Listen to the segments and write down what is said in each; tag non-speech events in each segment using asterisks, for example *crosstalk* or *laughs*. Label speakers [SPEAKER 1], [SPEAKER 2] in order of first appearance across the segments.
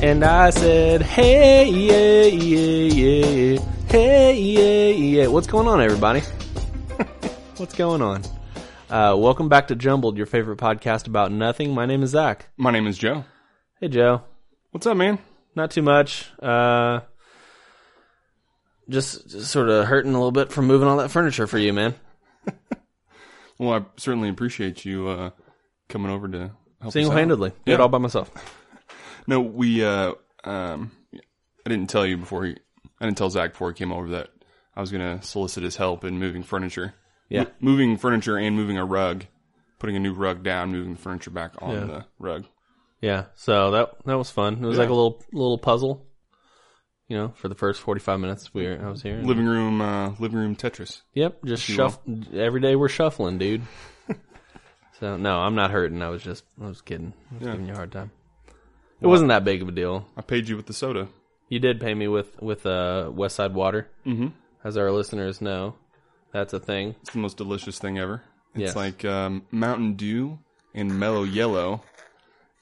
[SPEAKER 1] And I said, hey, yeah, yeah, yeah, hey, yeah, yeah. What's going on, everybody? *laughs* What's going on? Uh, welcome back to Jumbled, your favorite podcast about nothing. My name is Zach.
[SPEAKER 2] My name is Joe.
[SPEAKER 1] Hey, Joe.
[SPEAKER 2] What's up, man?
[SPEAKER 1] Not too much. Uh, just, just sort of hurting a little bit from moving all that furniture for you, man.
[SPEAKER 2] Well, I certainly appreciate you uh, coming over to help. us
[SPEAKER 1] Single handedly. Did it
[SPEAKER 2] Yeah.
[SPEAKER 1] all by myself.
[SPEAKER 2] out. No, we. Uh, um, I didn't tell you before. He, I didn't tell Zach before he came over that I was going to solicit his help in moving furniture.
[SPEAKER 1] Yeah.
[SPEAKER 2] M- moving furniture and moving a rug, putting a new rug down, moving the furniture back on
[SPEAKER 1] Yeah.
[SPEAKER 2] the rug.
[SPEAKER 1] Yeah, so that that was fun. It was
[SPEAKER 2] Yeah.
[SPEAKER 1] like a little little puzzle, you know, for the first forty five minutes we were I was here. And-
[SPEAKER 2] Living room, uh, living room Tetris.
[SPEAKER 1] yep, just shuff. Every day we're shuffling,
[SPEAKER 2] *laughs*
[SPEAKER 1] dude. so no, I'm not hurting. I was just I was kidding. I was giving you a hard time. It wasn't that big of a deal.
[SPEAKER 2] I paid you with the soda.
[SPEAKER 1] You did pay me with with uh, West Side Water, mm-hmm. as our listeners know. That's a thing.
[SPEAKER 2] It's the most delicious thing ever. It's
[SPEAKER 1] Yes.
[SPEAKER 2] like um, Mountain Dew and Mellow Yellow.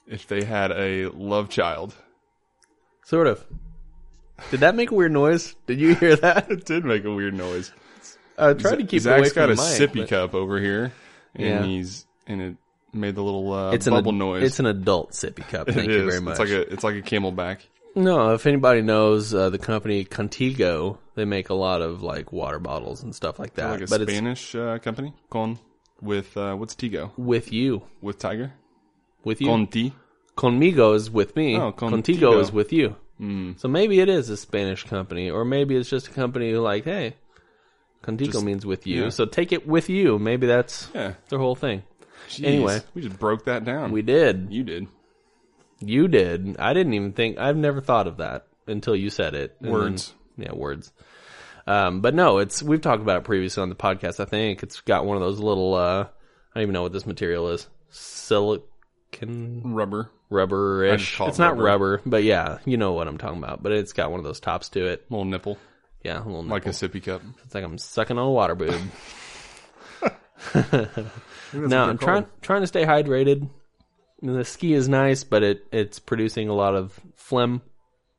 [SPEAKER 2] If they had a love child,
[SPEAKER 1] Sort of. Did that make a weird noise? Did you hear that?
[SPEAKER 2] it *laughs* did make a weird noise.
[SPEAKER 1] *laughs* I tried to keep it
[SPEAKER 2] Zach's
[SPEAKER 1] away
[SPEAKER 2] got
[SPEAKER 1] from
[SPEAKER 2] a
[SPEAKER 1] the mic,
[SPEAKER 2] sippy
[SPEAKER 1] but-
[SPEAKER 2] cup over here, and
[SPEAKER 1] Yeah.
[SPEAKER 2] he's and it made the little uh,
[SPEAKER 1] It's an
[SPEAKER 2] bubble
[SPEAKER 1] ad-
[SPEAKER 2] noise.
[SPEAKER 1] It's an adult sippy cup. Thank
[SPEAKER 2] It
[SPEAKER 1] you
[SPEAKER 2] is.
[SPEAKER 1] very much.
[SPEAKER 2] It's like a it's like a Camelback.
[SPEAKER 1] No, if anybody knows uh, the company Contigo, they make a lot of like water bottles and stuff like that.
[SPEAKER 2] Like a
[SPEAKER 1] but it's
[SPEAKER 2] Spanish uh, company, con with uh, what's Tigo
[SPEAKER 1] with you,
[SPEAKER 2] with Tiger
[SPEAKER 1] with you.
[SPEAKER 2] con ti.
[SPEAKER 1] Conmigo is with me.
[SPEAKER 2] Oh,
[SPEAKER 1] Contigo Hmm.
[SPEAKER 2] Contigo.
[SPEAKER 1] is with you. So maybe it is a Spanish company, or maybe it's just a company who like, hey, Contigo means with you.
[SPEAKER 2] yeah.
[SPEAKER 1] So take it with you. Maybe that's
[SPEAKER 2] Yeah.
[SPEAKER 1] the whole thing.
[SPEAKER 2] Jeez.
[SPEAKER 1] Anyway.
[SPEAKER 2] we just broke that down.
[SPEAKER 1] We did.
[SPEAKER 2] you did.
[SPEAKER 1] You did. I didn't even think. I've never thought of that until you said it. And then-
[SPEAKER 2] Words.
[SPEAKER 1] yeah, words. Um, but no, it's we've talked about it previously on the podcast. I think it's got one of those little. Uh, I don't even know what this material is. Silicon
[SPEAKER 2] Rubber
[SPEAKER 1] rubber
[SPEAKER 2] just
[SPEAKER 1] ish.
[SPEAKER 2] call it
[SPEAKER 1] It's not
[SPEAKER 2] rubber.
[SPEAKER 1] rubber. but yeah, you know what I'm talking about. But it's got one of those tops to it.
[SPEAKER 2] little nipple
[SPEAKER 1] Yeah, a little
[SPEAKER 2] like
[SPEAKER 1] nipple.
[SPEAKER 2] a sippy cup.
[SPEAKER 1] it's like I'm sucking on a water
[SPEAKER 2] *laughs*
[SPEAKER 1] boob. no, I'm trying trying to stay hydrated. And the ski is nice, but it it's producing a lot of phlegm.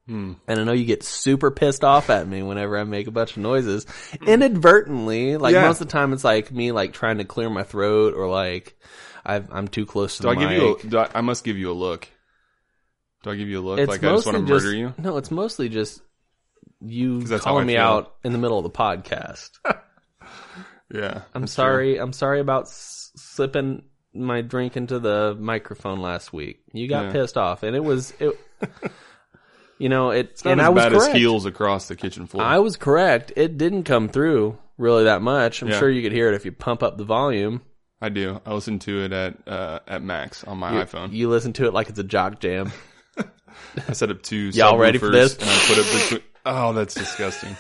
[SPEAKER 2] Hmm.
[SPEAKER 1] And I know you get super pissed off at me whenever I make a bunch of noises inadvertently. Like
[SPEAKER 2] Hmm. Yeah.
[SPEAKER 1] most of the time, it's like me like trying to clear my throat or like I've, I'm too close to
[SPEAKER 2] Do I
[SPEAKER 1] the
[SPEAKER 2] give
[SPEAKER 1] mic.
[SPEAKER 2] you? A, do I, I must give you a look. Do I give you a look
[SPEAKER 1] it's
[SPEAKER 2] like I just
[SPEAKER 1] mostly
[SPEAKER 2] want to murder you?
[SPEAKER 1] No, it's mostly just you
[SPEAKER 2] that's how I
[SPEAKER 1] calling me
[SPEAKER 2] feel.
[SPEAKER 1] out in the middle of the
[SPEAKER 2] *laughs*
[SPEAKER 1] podcast.
[SPEAKER 2] Yeah,
[SPEAKER 1] I'm sorry. I'm sorry about s- slipping my drink into the microphone last week. You got
[SPEAKER 2] Yeah.
[SPEAKER 1] pissed off, and it was it.
[SPEAKER 2] *laughs*
[SPEAKER 1] you know it,
[SPEAKER 2] Not
[SPEAKER 1] and
[SPEAKER 2] as
[SPEAKER 1] I was
[SPEAKER 2] bad
[SPEAKER 1] correct.
[SPEAKER 2] as heels across the kitchen floor.
[SPEAKER 1] I was correct. It didn't come through really that much. I'm
[SPEAKER 2] Yeah.
[SPEAKER 1] sure you could hear it if you pump up the volume.
[SPEAKER 2] I do. I listen to it at uh, at max on my iPhone.
[SPEAKER 1] You listen to it like it's a jock jam.
[SPEAKER 2] *laughs* I set up two.
[SPEAKER 1] Y'all ready for
[SPEAKER 2] subwoofers,
[SPEAKER 1] this?
[SPEAKER 2] And I put it
[SPEAKER 1] *laughs*
[SPEAKER 2] between. Oh, that's disgusting,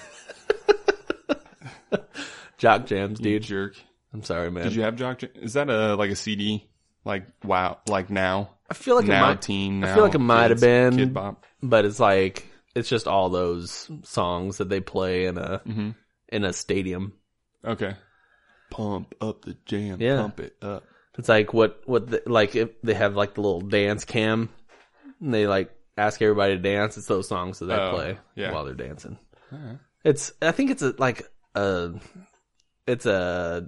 [SPEAKER 1] jock jams, dude.
[SPEAKER 2] jerk.
[SPEAKER 1] I'm sorry, man.
[SPEAKER 2] Did you have Jock? J- Is that a like a CD? Like wow, like now,
[SPEAKER 1] I feel like
[SPEAKER 2] now
[SPEAKER 1] it might,
[SPEAKER 2] teen. Now
[SPEAKER 1] I feel like it might have
[SPEAKER 2] kids,
[SPEAKER 1] been,
[SPEAKER 2] Kid Bop.
[SPEAKER 1] but it's like it's just all those songs that they play in a
[SPEAKER 2] Mm-hmm.
[SPEAKER 1] in a stadium.
[SPEAKER 2] Okay. Pump up the jam.
[SPEAKER 1] Yeah.
[SPEAKER 2] Pump it up.
[SPEAKER 1] It's like what what the, like if they have like the little dance cam, and they like ask everybody to dance. It's those songs that they
[SPEAKER 2] Oh,
[SPEAKER 1] play
[SPEAKER 2] yeah.
[SPEAKER 1] while they're dancing. It's I think it's a, like a it's a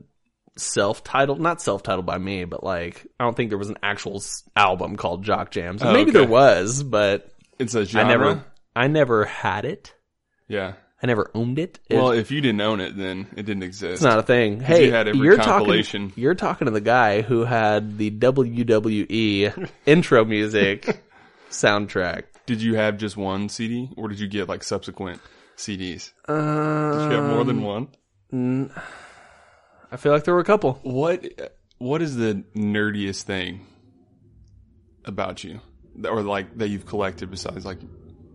[SPEAKER 1] self-titled, not self-titled by me, but like I don't think there was an actual s- album called Jock Jams. And
[SPEAKER 2] Oh,
[SPEAKER 1] Maybe
[SPEAKER 2] okay.
[SPEAKER 1] there was, but
[SPEAKER 2] It's a genre.
[SPEAKER 1] I never I never had it.
[SPEAKER 2] Yeah.
[SPEAKER 1] I never owned it. It-
[SPEAKER 2] Well, if you didn't own it, then it didn't exist.
[SPEAKER 1] It's not a thing. Hey,
[SPEAKER 2] you had every
[SPEAKER 1] are
[SPEAKER 2] compilation.
[SPEAKER 1] talking. You're talking to the guy who had the
[SPEAKER 2] *laughs*
[SPEAKER 1] WWE intro music soundtrack.
[SPEAKER 2] Did you have just one CD, or did you get like subsequent CDs?
[SPEAKER 1] Uh,
[SPEAKER 2] Did you have more than one?
[SPEAKER 1] I feel like there were a couple.
[SPEAKER 2] What What is the nerdiest thing about you, That- or like that you've collected besides like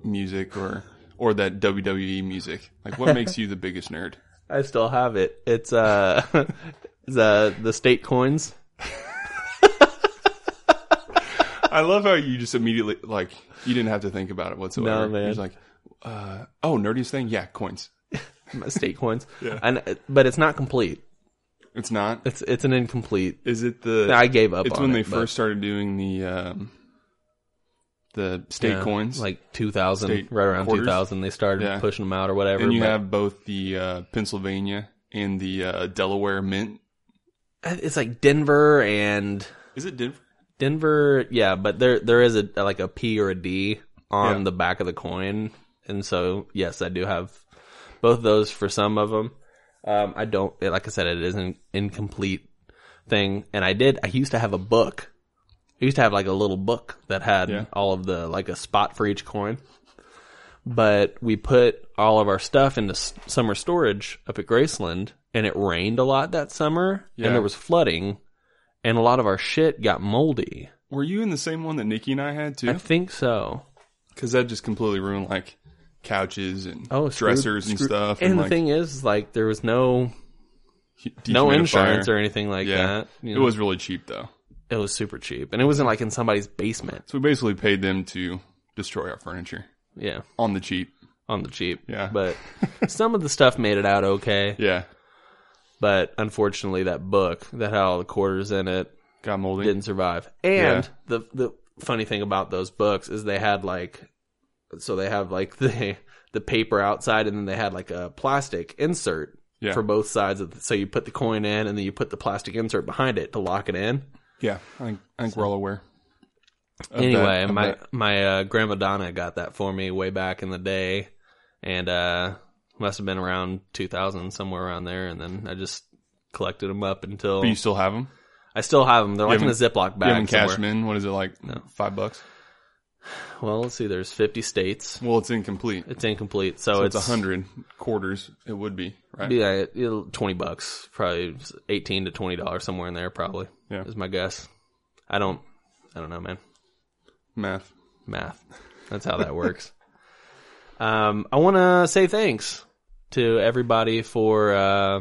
[SPEAKER 2] music or or that WWE music? Like, what makes you the biggest nerd?
[SPEAKER 1] I still have it. It's uh *laughs* the the state coins.
[SPEAKER 2] I love how you just immediately like you didn't have to think about it whatsoever.
[SPEAKER 1] No, man.
[SPEAKER 2] You're just like, uh, oh, nerdiest thing? Yeah, coins.
[SPEAKER 1] My state coins.
[SPEAKER 2] *laughs* Yeah.
[SPEAKER 1] And but it's not complete.
[SPEAKER 2] It's not.
[SPEAKER 1] It's it's an incomplete.
[SPEAKER 2] Is it the?
[SPEAKER 1] I gave up.
[SPEAKER 2] it's
[SPEAKER 1] on
[SPEAKER 2] when
[SPEAKER 1] it,
[SPEAKER 2] they
[SPEAKER 1] but
[SPEAKER 2] first started doing the um, the state
[SPEAKER 1] Yeah,
[SPEAKER 2] coins.
[SPEAKER 1] like 2000,
[SPEAKER 2] State
[SPEAKER 1] right around
[SPEAKER 2] quarters.
[SPEAKER 1] 2000, they started
[SPEAKER 2] Yeah.
[SPEAKER 1] pushing them out or whatever.
[SPEAKER 2] and you
[SPEAKER 1] but
[SPEAKER 2] have both the uh, Pennsylvania and the uh, Delaware Mint.
[SPEAKER 1] it's like Denver and
[SPEAKER 2] Is it Denver?
[SPEAKER 1] Denver, yeah, but there there is a like a P or a D on
[SPEAKER 2] Yeah.
[SPEAKER 1] the back of the coin, and so yes, I do have both of those for some of them. Um, I don't like I said, it is an incomplete thing, and I did. I used to have a book. I used to have like a little book that had
[SPEAKER 2] Yeah.
[SPEAKER 1] all of the like a spot for each coin. But we put all of our stuff into s- summer storage up at Graceland, and it rained a lot that summer,
[SPEAKER 2] Yeah.
[SPEAKER 1] and there was flooding, and a lot of our shit got moldy.
[SPEAKER 2] Were you in the same one that Nikki and I
[SPEAKER 1] I
[SPEAKER 2] had too?
[SPEAKER 1] think so.
[SPEAKER 2] Because that just completely ruined like couches and
[SPEAKER 1] Oh, screw-
[SPEAKER 2] dressers and
[SPEAKER 1] screw-
[SPEAKER 2] stuff.
[SPEAKER 1] And, the
[SPEAKER 2] like,
[SPEAKER 1] thing is, like, there was no
[SPEAKER 2] hu-
[SPEAKER 1] no
[SPEAKER 2] dehumidifier.
[SPEAKER 1] insurance or anything like
[SPEAKER 2] yeah.
[SPEAKER 1] that. you
[SPEAKER 2] It
[SPEAKER 1] know.
[SPEAKER 2] was really cheap though.
[SPEAKER 1] it was super cheap, and it wasn't like in somebody's basement.
[SPEAKER 2] So we basically paid them to destroy our furniture
[SPEAKER 1] Yeah,
[SPEAKER 2] on the cheap.
[SPEAKER 1] on the cheap.
[SPEAKER 2] Yeah. *laughs*
[SPEAKER 1] but some of the stuff made it out okay.
[SPEAKER 2] Yeah.
[SPEAKER 1] But unfortunately, that book that had all the quarters in it
[SPEAKER 2] Got moldy.
[SPEAKER 1] didn't survive. And the the funny thing about those books is they had like, so they have like *laughs* the the paper outside, and then they had like a plastic insert
[SPEAKER 2] yeah.
[SPEAKER 1] for both sides of the, so you put the coin in and then you put the plastic insert behind it to lock it in
[SPEAKER 2] yeah. I think, I think we're all aware. of that-
[SPEAKER 1] anyway
[SPEAKER 2] of
[SPEAKER 1] my
[SPEAKER 2] that.
[SPEAKER 1] my uh, grandma donna got that for me way back in the day and uh must have been around 2000 somewhere around there and then i just collected them up until
[SPEAKER 2] But you still have them?
[SPEAKER 1] i still have them they're like in a
[SPEAKER 2] haven't-
[SPEAKER 1] ziploc
[SPEAKER 2] You
[SPEAKER 1] bag
[SPEAKER 2] haven't cashed
[SPEAKER 1] somewhere.
[SPEAKER 2] 'em in? What is it like? Five bucks?
[SPEAKER 1] well let's see there's 50 states
[SPEAKER 2] Well, it's incomplete.
[SPEAKER 1] it's incomplete so,
[SPEAKER 2] So
[SPEAKER 1] it's
[SPEAKER 2] it's a hundred quarters. It would be right.
[SPEAKER 1] yeah it, it'll- 20 bucks probably 18 to 20 dollars somewhere in there probably
[SPEAKER 2] Yeah.
[SPEAKER 1] is my guess i don't i don't know man
[SPEAKER 2] Math.
[SPEAKER 1] math. That's how that works. *laughs* um, I want to say thanks to everybody for uh,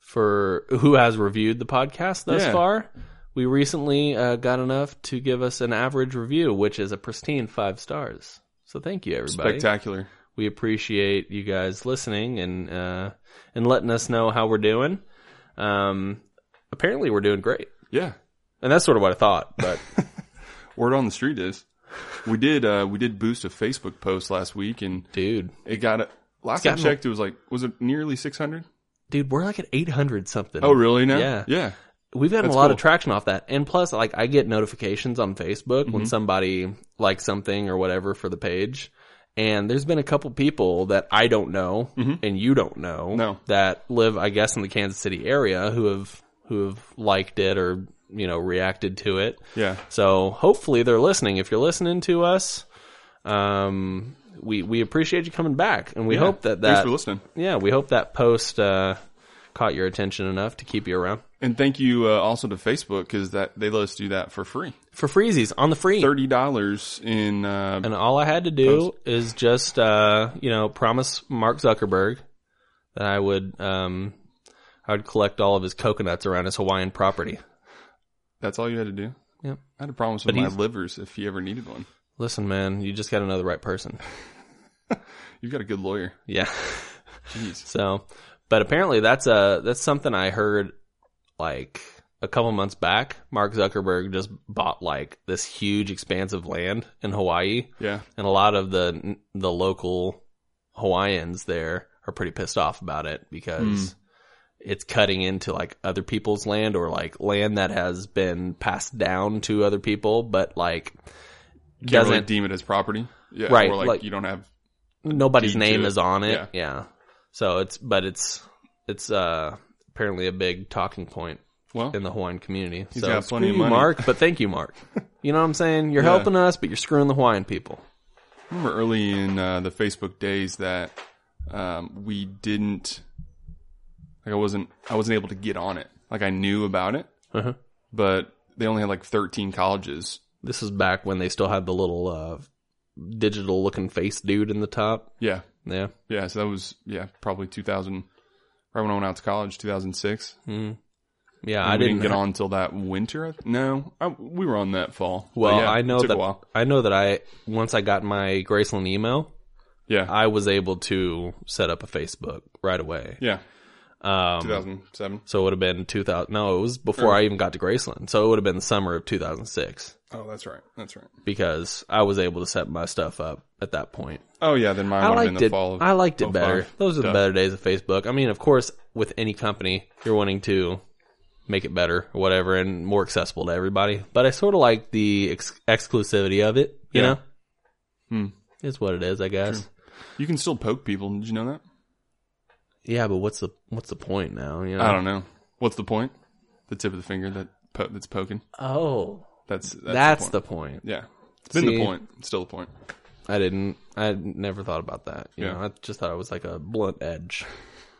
[SPEAKER 1] for who has reviewed the podcast thus
[SPEAKER 2] Yeah.
[SPEAKER 1] far. We recently uh, got enough to give us an average review, which is a pristine five stars. So thank you, everybody.
[SPEAKER 2] Spectacular.
[SPEAKER 1] we appreciate you guys listening and uh, and letting us know how we're doing. Um, apparently, we're doing great,
[SPEAKER 2] Yeah.
[SPEAKER 1] and that's sort of what I thought. But
[SPEAKER 2] Word on the street is, we did uh, we did boost a Facebook post last week, and
[SPEAKER 1] dude,
[SPEAKER 2] it got a, last I
[SPEAKER 1] gotten-
[SPEAKER 2] checked, it was like was it nearly six hundred?
[SPEAKER 1] dude, we're like at eight hundred something.
[SPEAKER 2] Oh, really? Now,
[SPEAKER 1] Yeah.
[SPEAKER 2] yeah.
[SPEAKER 1] we've gotten
[SPEAKER 2] That's
[SPEAKER 1] a lot
[SPEAKER 2] cool.
[SPEAKER 1] of traction off that. And plus, like, I get notifications on Facebook
[SPEAKER 2] Mm-hmm.
[SPEAKER 1] when somebody likes something or whatever for the page. And there's been a couple people that I don't know and you don't know
[SPEAKER 2] Mm-hmm. No.
[SPEAKER 1] that live, I guess, in the Kansas City area who have, who have liked it or, you know, reacted to it.
[SPEAKER 2] Yeah.
[SPEAKER 1] So hopefully they're listening. If you're listening to us, um, we, we appreciate you coming back and we hope that
[SPEAKER 2] Thanks
[SPEAKER 1] that,
[SPEAKER 2] for listening,
[SPEAKER 1] yeah, we hope that post, uh, caught your attention enough to keep you around.
[SPEAKER 2] and thank you uh, also to Facebook because that they let us do that for free,
[SPEAKER 1] for freezies on the free.
[SPEAKER 2] thirty dollars in. Uh,
[SPEAKER 1] And all I had to do is just, uh, you know, promise Mark Zuckerberg that I would, um, I would collect all of his coconuts around his Hawaiian property.
[SPEAKER 2] that's all you had to do.
[SPEAKER 1] Yeah.
[SPEAKER 2] I had a problem with
[SPEAKER 1] But
[SPEAKER 2] my
[SPEAKER 1] he's-
[SPEAKER 2] livers if you ever needed one.
[SPEAKER 1] Listen, man, you just got to know the right person. *laughs*
[SPEAKER 2] You've got a good lawyer.
[SPEAKER 1] Yeah.
[SPEAKER 2] Jeez.
[SPEAKER 1] So, but apparently that's a that's something I heard like a couple months back. Mark Zuckerberg just bought like this huge expanse of land in Hawaii.
[SPEAKER 2] Yeah.
[SPEAKER 1] and a lot of the the local Hawaiians there are pretty pissed off about it because
[SPEAKER 2] Hmm.
[SPEAKER 1] it's cutting into like other people's land or like land that has been passed down to other people, but like
[SPEAKER 2] Can't really
[SPEAKER 1] Doesn't-
[SPEAKER 2] deem it as property. Yeah.
[SPEAKER 1] Right,
[SPEAKER 2] Or like,
[SPEAKER 1] like-
[SPEAKER 2] you don't have.
[SPEAKER 1] nobody's
[SPEAKER 2] Deed
[SPEAKER 1] name
[SPEAKER 2] to it.
[SPEAKER 1] is on it.
[SPEAKER 2] Yeah.
[SPEAKER 1] Yeah. So it's but it's it's uh apparently a big talking point
[SPEAKER 2] Well,
[SPEAKER 1] in the Hawaiian community.
[SPEAKER 2] He's
[SPEAKER 1] so
[SPEAKER 2] got
[SPEAKER 1] screw
[SPEAKER 2] plenty of
[SPEAKER 1] you,
[SPEAKER 2] money.
[SPEAKER 1] Mark, but thank you, Mark. you know what I'm saying? You're
[SPEAKER 2] *laughs* Yeah.
[SPEAKER 1] helping us, but you're screwing the Hawaiian people.
[SPEAKER 2] remember early in uh, the Facebook days that um, we didn't like I wasn't I wasn't able to get on it. Like I knew about it,
[SPEAKER 1] Uh-huh.
[SPEAKER 2] but they only had like 13 colleges.
[SPEAKER 1] This is back when they still had the little uh, digital looking face dude in the top.
[SPEAKER 2] Yeah,
[SPEAKER 1] Yeah.
[SPEAKER 2] yeah. So that was yeah probably 2000. Right when I went out to college, 2006.
[SPEAKER 1] Yeah,
[SPEAKER 2] I
[SPEAKER 1] I
[SPEAKER 2] we
[SPEAKER 1] didn't,
[SPEAKER 2] didn't, get on until that winter. I th- No, I, we were on that fall. But
[SPEAKER 1] Well,
[SPEAKER 2] yeah,
[SPEAKER 1] I know
[SPEAKER 2] it took a
[SPEAKER 1] that
[SPEAKER 2] while.
[SPEAKER 1] I know that I once I got my Graceland email,
[SPEAKER 2] Yeah,
[SPEAKER 1] I was able to set up a Facebook right away.
[SPEAKER 2] yeah.
[SPEAKER 1] Um,
[SPEAKER 2] 2007.
[SPEAKER 1] so it would have been 2000. No, it was
[SPEAKER 2] Mm.
[SPEAKER 1] before I even got to Graceland. So it would have been the summer of 2006
[SPEAKER 2] Oh, that's right. That's right.
[SPEAKER 1] because I was able to set my stuff up at that point.
[SPEAKER 2] Oh yeah, then mine
[SPEAKER 1] I
[SPEAKER 2] would have been
[SPEAKER 1] liked
[SPEAKER 2] the
[SPEAKER 1] it.
[SPEAKER 2] fall. Of
[SPEAKER 1] I liked it
[SPEAKER 2] 05.
[SPEAKER 1] better. Those are the
[SPEAKER 2] Duh.
[SPEAKER 1] better days of Facebook. I mean, of course, with any company, you're wanting to make it better or whatever and more accessible to everybody. But I sort of like the ex- exclusivity of it. You
[SPEAKER 2] Yeah.
[SPEAKER 1] know,
[SPEAKER 2] Hmm.
[SPEAKER 1] it's what it is, I guess.
[SPEAKER 2] You can still poke people. Did you know that?
[SPEAKER 1] Yeah, but what's the what's the point now? You know?
[SPEAKER 2] I don't know. What's the point? The tip of the finger that po- that's poking.
[SPEAKER 1] Oh,
[SPEAKER 2] That's that's,
[SPEAKER 1] that's, the,
[SPEAKER 2] the,
[SPEAKER 1] point.
[SPEAKER 2] point. yeah. It's been
[SPEAKER 1] See?
[SPEAKER 2] the point. It's still the point.
[SPEAKER 1] I didn't. I never thought about that. You
[SPEAKER 2] Yeah.
[SPEAKER 1] know, I just thought it was like a blunt edge.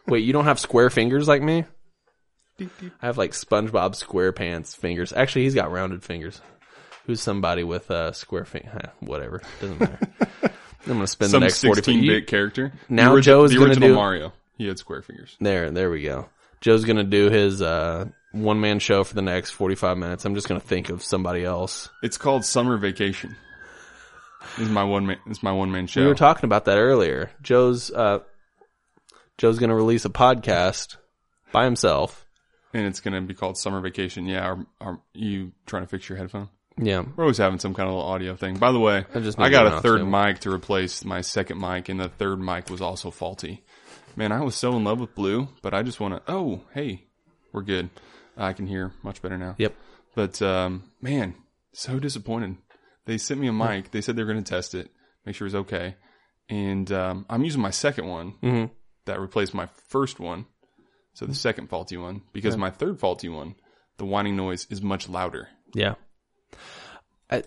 [SPEAKER 1] Wait, you don't have square fingers like me? I have like SpongeBob SquarePants fingers. Actually, he's got rounded fingers. Who's somebody with uh, square fingers? *laughs* Whatever, doesn't matter. I'm gonna spend
[SPEAKER 2] Some
[SPEAKER 1] the next forty.
[SPEAKER 2] sixteen
[SPEAKER 1] you-
[SPEAKER 2] bit character.
[SPEAKER 1] now
[SPEAKER 2] the, orig-
[SPEAKER 1] Joe's
[SPEAKER 2] the
[SPEAKER 1] gonna
[SPEAKER 2] original
[SPEAKER 1] do-
[SPEAKER 2] Mario. He had square fingers.
[SPEAKER 1] There, there we go. Joe's gonna do his uh, one man show for the next forty five minutes. I'm just gonna think of somebody else.
[SPEAKER 2] It's called Summer Vacation. Is my one man? Is my one man show?
[SPEAKER 1] We were talking about that earlier. Joe's uh, Joe's gonna release a podcast by himself.
[SPEAKER 2] and it's going to be called Summer Vacation. Yeah, are, are you trying to fix your headphone?
[SPEAKER 1] Yeah,
[SPEAKER 2] We're always having some kind of little audio thing. By the way, I,
[SPEAKER 1] just need
[SPEAKER 2] got
[SPEAKER 1] one
[SPEAKER 2] a
[SPEAKER 1] out
[SPEAKER 2] third
[SPEAKER 1] too.
[SPEAKER 2] mic to replace my second mic, and the third mic was also faulty. Man, I was so in love with blue, but I just want to. Oh, hey, we're good. I can hear much better now.
[SPEAKER 1] Yep.
[SPEAKER 2] But um, man, so disappointed. They sent me a mic. They said they were going to test it, make sure it was okay. And um, I'm using my second one
[SPEAKER 1] Mhm.
[SPEAKER 2] that replaced my first one. So the second faulty one, because my third faulty one, the whining noise is much louder.
[SPEAKER 1] yeah. I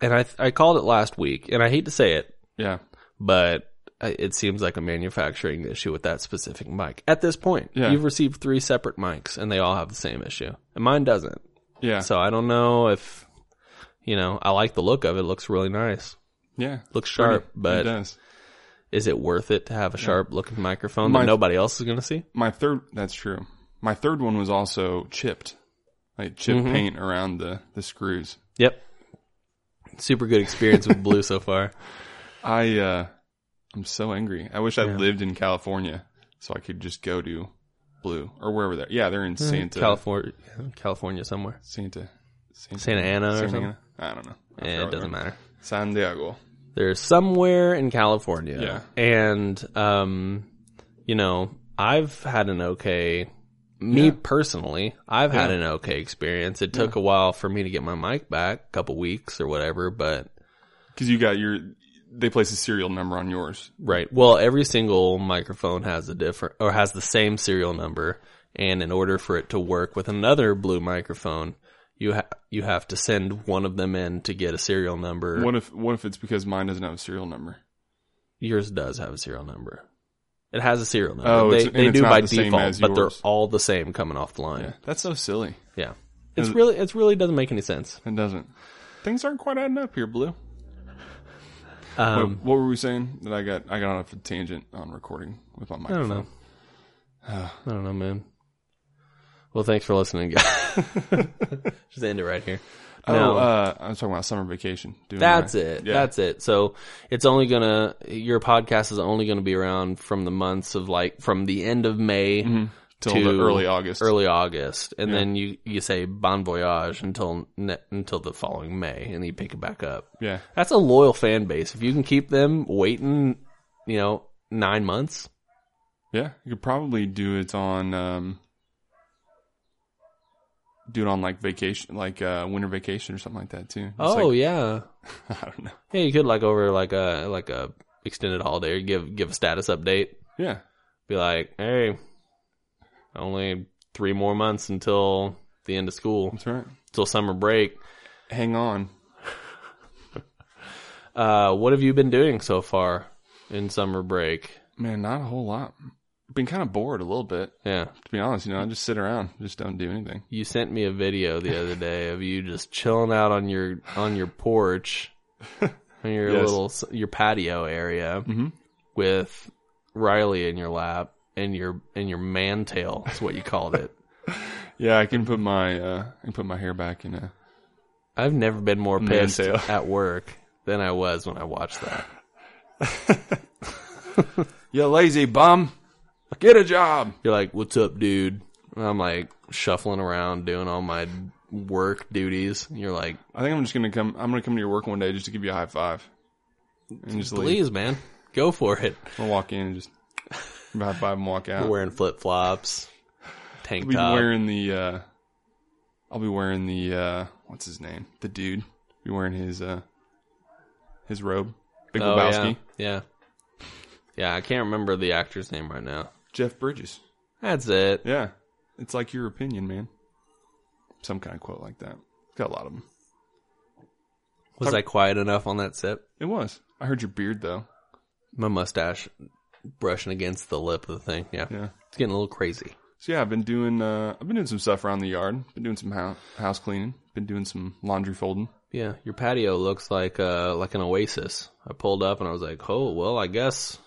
[SPEAKER 1] and I I called it last week, and I hate to say it,
[SPEAKER 2] Yeah.
[SPEAKER 1] but I- it seems like a manufacturing issue with that specific mic. At this point,
[SPEAKER 2] Yeah.
[SPEAKER 1] you've received three separate mics and they all have the same issue. And mine doesn't.
[SPEAKER 2] Yeah.
[SPEAKER 1] So I don't know if you know, I like the look of it. It looks really nice.
[SPEAKER 2] yeah.
[SPEAKER 1] Looks sharp,
[SPEAKER 2] it
[SPEAKER 1] but
[SPEAKER 2] does.
[SPEAKER 1] is it worth it to have a sharp looking microphone that
[SPEAKER 2] Mine-
[SPEAKER 1] nobody else is going to see?
[SPEAKER 2] my third that's true my third one was also chipped like chip
[SPEAKER 1] Mm-hmm.
[SPEAKER 2] paint around the the screws
[SPEAKER 1] Yep. Super good experience with blue so
[SPEAKER 2] *laughs*
[SPEAKER 1] far.
[SPEAKER 2] i uh i'm so angry i wish i lived in california so i could just go to blue or wherever they're yeah they're
[SPEAKER 1] Hmm,
[SPEAKER 2] in santa
[SPEAKER 1] California, California somewhere.
[SPEAKER 2] santa santa,
[SPEAKER 1] Santa Ana or
[SPEAKER 2] Santa
[SPEAKER 1] something.
[SPEAKER 2] Ana? i don't know I
[SPEAKER 1] Eh,
[SPEAKER 2] forgot
[SPEAKER 1] it
[SPEAKER 2] where
[SPEAKER 1] doesn't matter.
[SPEAKER 2] san diego
[SPEAKER 1] They're somewhere in California.
[SPEAKER 2] Yeah.
[SPEAKER 1] And um you know, I've had an okay me personally, I've had an okay experience. It took a while for me to get my mic back, a couple weeks or whatever, but
[SPEAKER 2] because you got your they place a serial number on yours
[SPEAKER 1] right. Well, every single microphone has a different or has the same serial number, and in order for it to work with another blue microphone, you ha- you have to send one of them in to get a serial number.
[SPEAKER 2] what if what if it's because mine doesn't have a serial number
[SPEAKER 1] yours does have a serial number. It has a serial number.
[SPEAKER 2] Oh,
[SPEAKER 1] they
[SPEAKER 2] it's- and
[SPEAKER 1] they
[SPEAKER 2] it's
[SPEAKER 1] do
[SPEAKER 2] not
[SPEAKER 1] by
[SPEAKER 2] the same
[SPEAKER 1] default,
[SPEAKER 2] as
[SPEAKER 1] but they're
[SPEAKER 2] yours.
[SPEAKER 1] all the same coming off the line. Yeah.
[SPEAKER 2] that's so silly
[SPEAKER 1] It's really it's really doesn't make any sense.
[SPEAKER 2] it doesn't things aren't quite adding up here blue
[SPEAKER 1] Um,
[SPEAKER 2] Wait, what were we saying? That I got I got off a tangent on recording with my
[SPEAKER 1] I
[SPEAKER 2] microphone.
[SPEAKER 1] don't
[SPEAKER 2] *sighs*
[SPEAKER 1] know. I don't know, man. Well, thanks for listening, guys. *laughs* Just end it right here.
[SPEAKER 2] Oh,
[SPEAKER 1] No.
[SPEAKER 2] uh, I was talking about summer vacation. Doing
[SPEAKER 1] That's
[SPEAKER 2] my-
[SPEAKER 1] it.
[SPEAKER 2] Yeah.
[SPEAKER 1] That's it. So it's only gonna your podcast is only gonna be around from the months of like from the end of May
[SPEAKER 2] till
[SPEAKER 1] to
[SPEAKER 2] the early August.
[SPEAKER 1] early August, and then you you say bon voyage until ne- until the following May, and you pick it back up.
[SPEAKER 2] Yeah,
[SPEAKER 1] That's a loyal fan base. If you can keep them waiting, you know, nine months.
[SPEAKER 2] yeah. You could probably do it on um, do it on like vacation, like uh, winter vacation or something like that too. It's
[SPEAKER 1] Oh
[SPEAKER 2] like,
[SPEAKER 1] yeah,
[SPEAKER 2] *laughs* I don't know.
[SPEAKER 1] yeah. You could like over like a like a extended holiday or give give a status update.
[SPEAKER 2] Yeah,
[SPEAKER 1] Be like, hey, only three more months until the end of school,
[SPEAKER 2] that's right.
[SPEAKER 1] until summer break.
[SPEAKER 2] Hang on.
[SPEAKER 1] Uh, what have you been doing so far in summer break?
[SPEAKER 2] Man, not a whole lot. Been kind of bored a little bit,
[SPEAKER 1] Yeah.
[SPEAKER 2] to be honest. You know, I just sit around, just don't do anything.
[SPEAKER 1] you sent me a video the other day of you just chilling out on your on your
[SPEAKER 2] *laughs*
[SPEAKER 1] porch on your
[SPEAKER 2] Yes.
[SPEAKER 1] little s- your patio area
[SPEAKER 2] Mhm.
[SPEAKER 1] with Riley in your lap and your and your man tail is what you called
[SPEAKER 2] *laughs*
[SPEAKER 1] it.
[SPEAKER 2] Yeah, I can put my uh, I can put my hair back in a
[SPEAKER 1] I've never been more
[SPEAKER 2] Man
[SPEAKER 1] pissed
[SPEAKER 2] tail.
[SPEAKER 1] at work than I was when I watched that.
[SPEAKER 2] You lazy bum. Get a job.
[SPEAKER 1] You're like, "What's up, dude?" And I'm like shuffling around doing all my work duties. And you're like,
[SPEAKER 2] I think I'm just gonna come. I'm gonna come to your work one day just to give you a high five. And just leave.
[SPEAKER 1] "Please, man, go for it."
[SPEAKER 2] I'm gonna walk in and just high five and walk out.
[SPEAKER 1] We're wearing flip flops, tank
[SPEAKER 2] I'll be
[SPEAKER 1] top.
[SPEAKER 2] wearing the. Uh, I'll be wearing the. Uh, what's his name? The dude. Be wearing his. Uh, his robe. Big
[SPEAKER 1] oh yeah,
[SPEAKER 2] Lebowski.
[SPEAKER 1] yeah, yeah. I can't remember the actor's name right now.
[SPEAKER 2] Jeff Bridges.
[SPEAKER 1] That's it.
[SPEAKER 2] Yeah, it's like your opinion, man. Some kind of quote like that. It's got a lot of them.
[SPEAKER 1] Was I quiet enough on that sip?
[SPEAKER 2] It was. I heard your beard though.
[SPEAKER 1] My mustache brushing against the lip of the thing. Yeah,
[SPEAKER 2] Yeah.
[SPEAKER 1] it's getting a little crazy.
[SPEAKER 2] So yeah, I've been doing. Uh, I've been doing some stuff around the yard. Been doing some house, house cleaning. Been doing some laundry folding.
[SPEAKER 1] Yeah, your patio looks like uh like an oasis. I pulled up and I was like, oh well, I guess,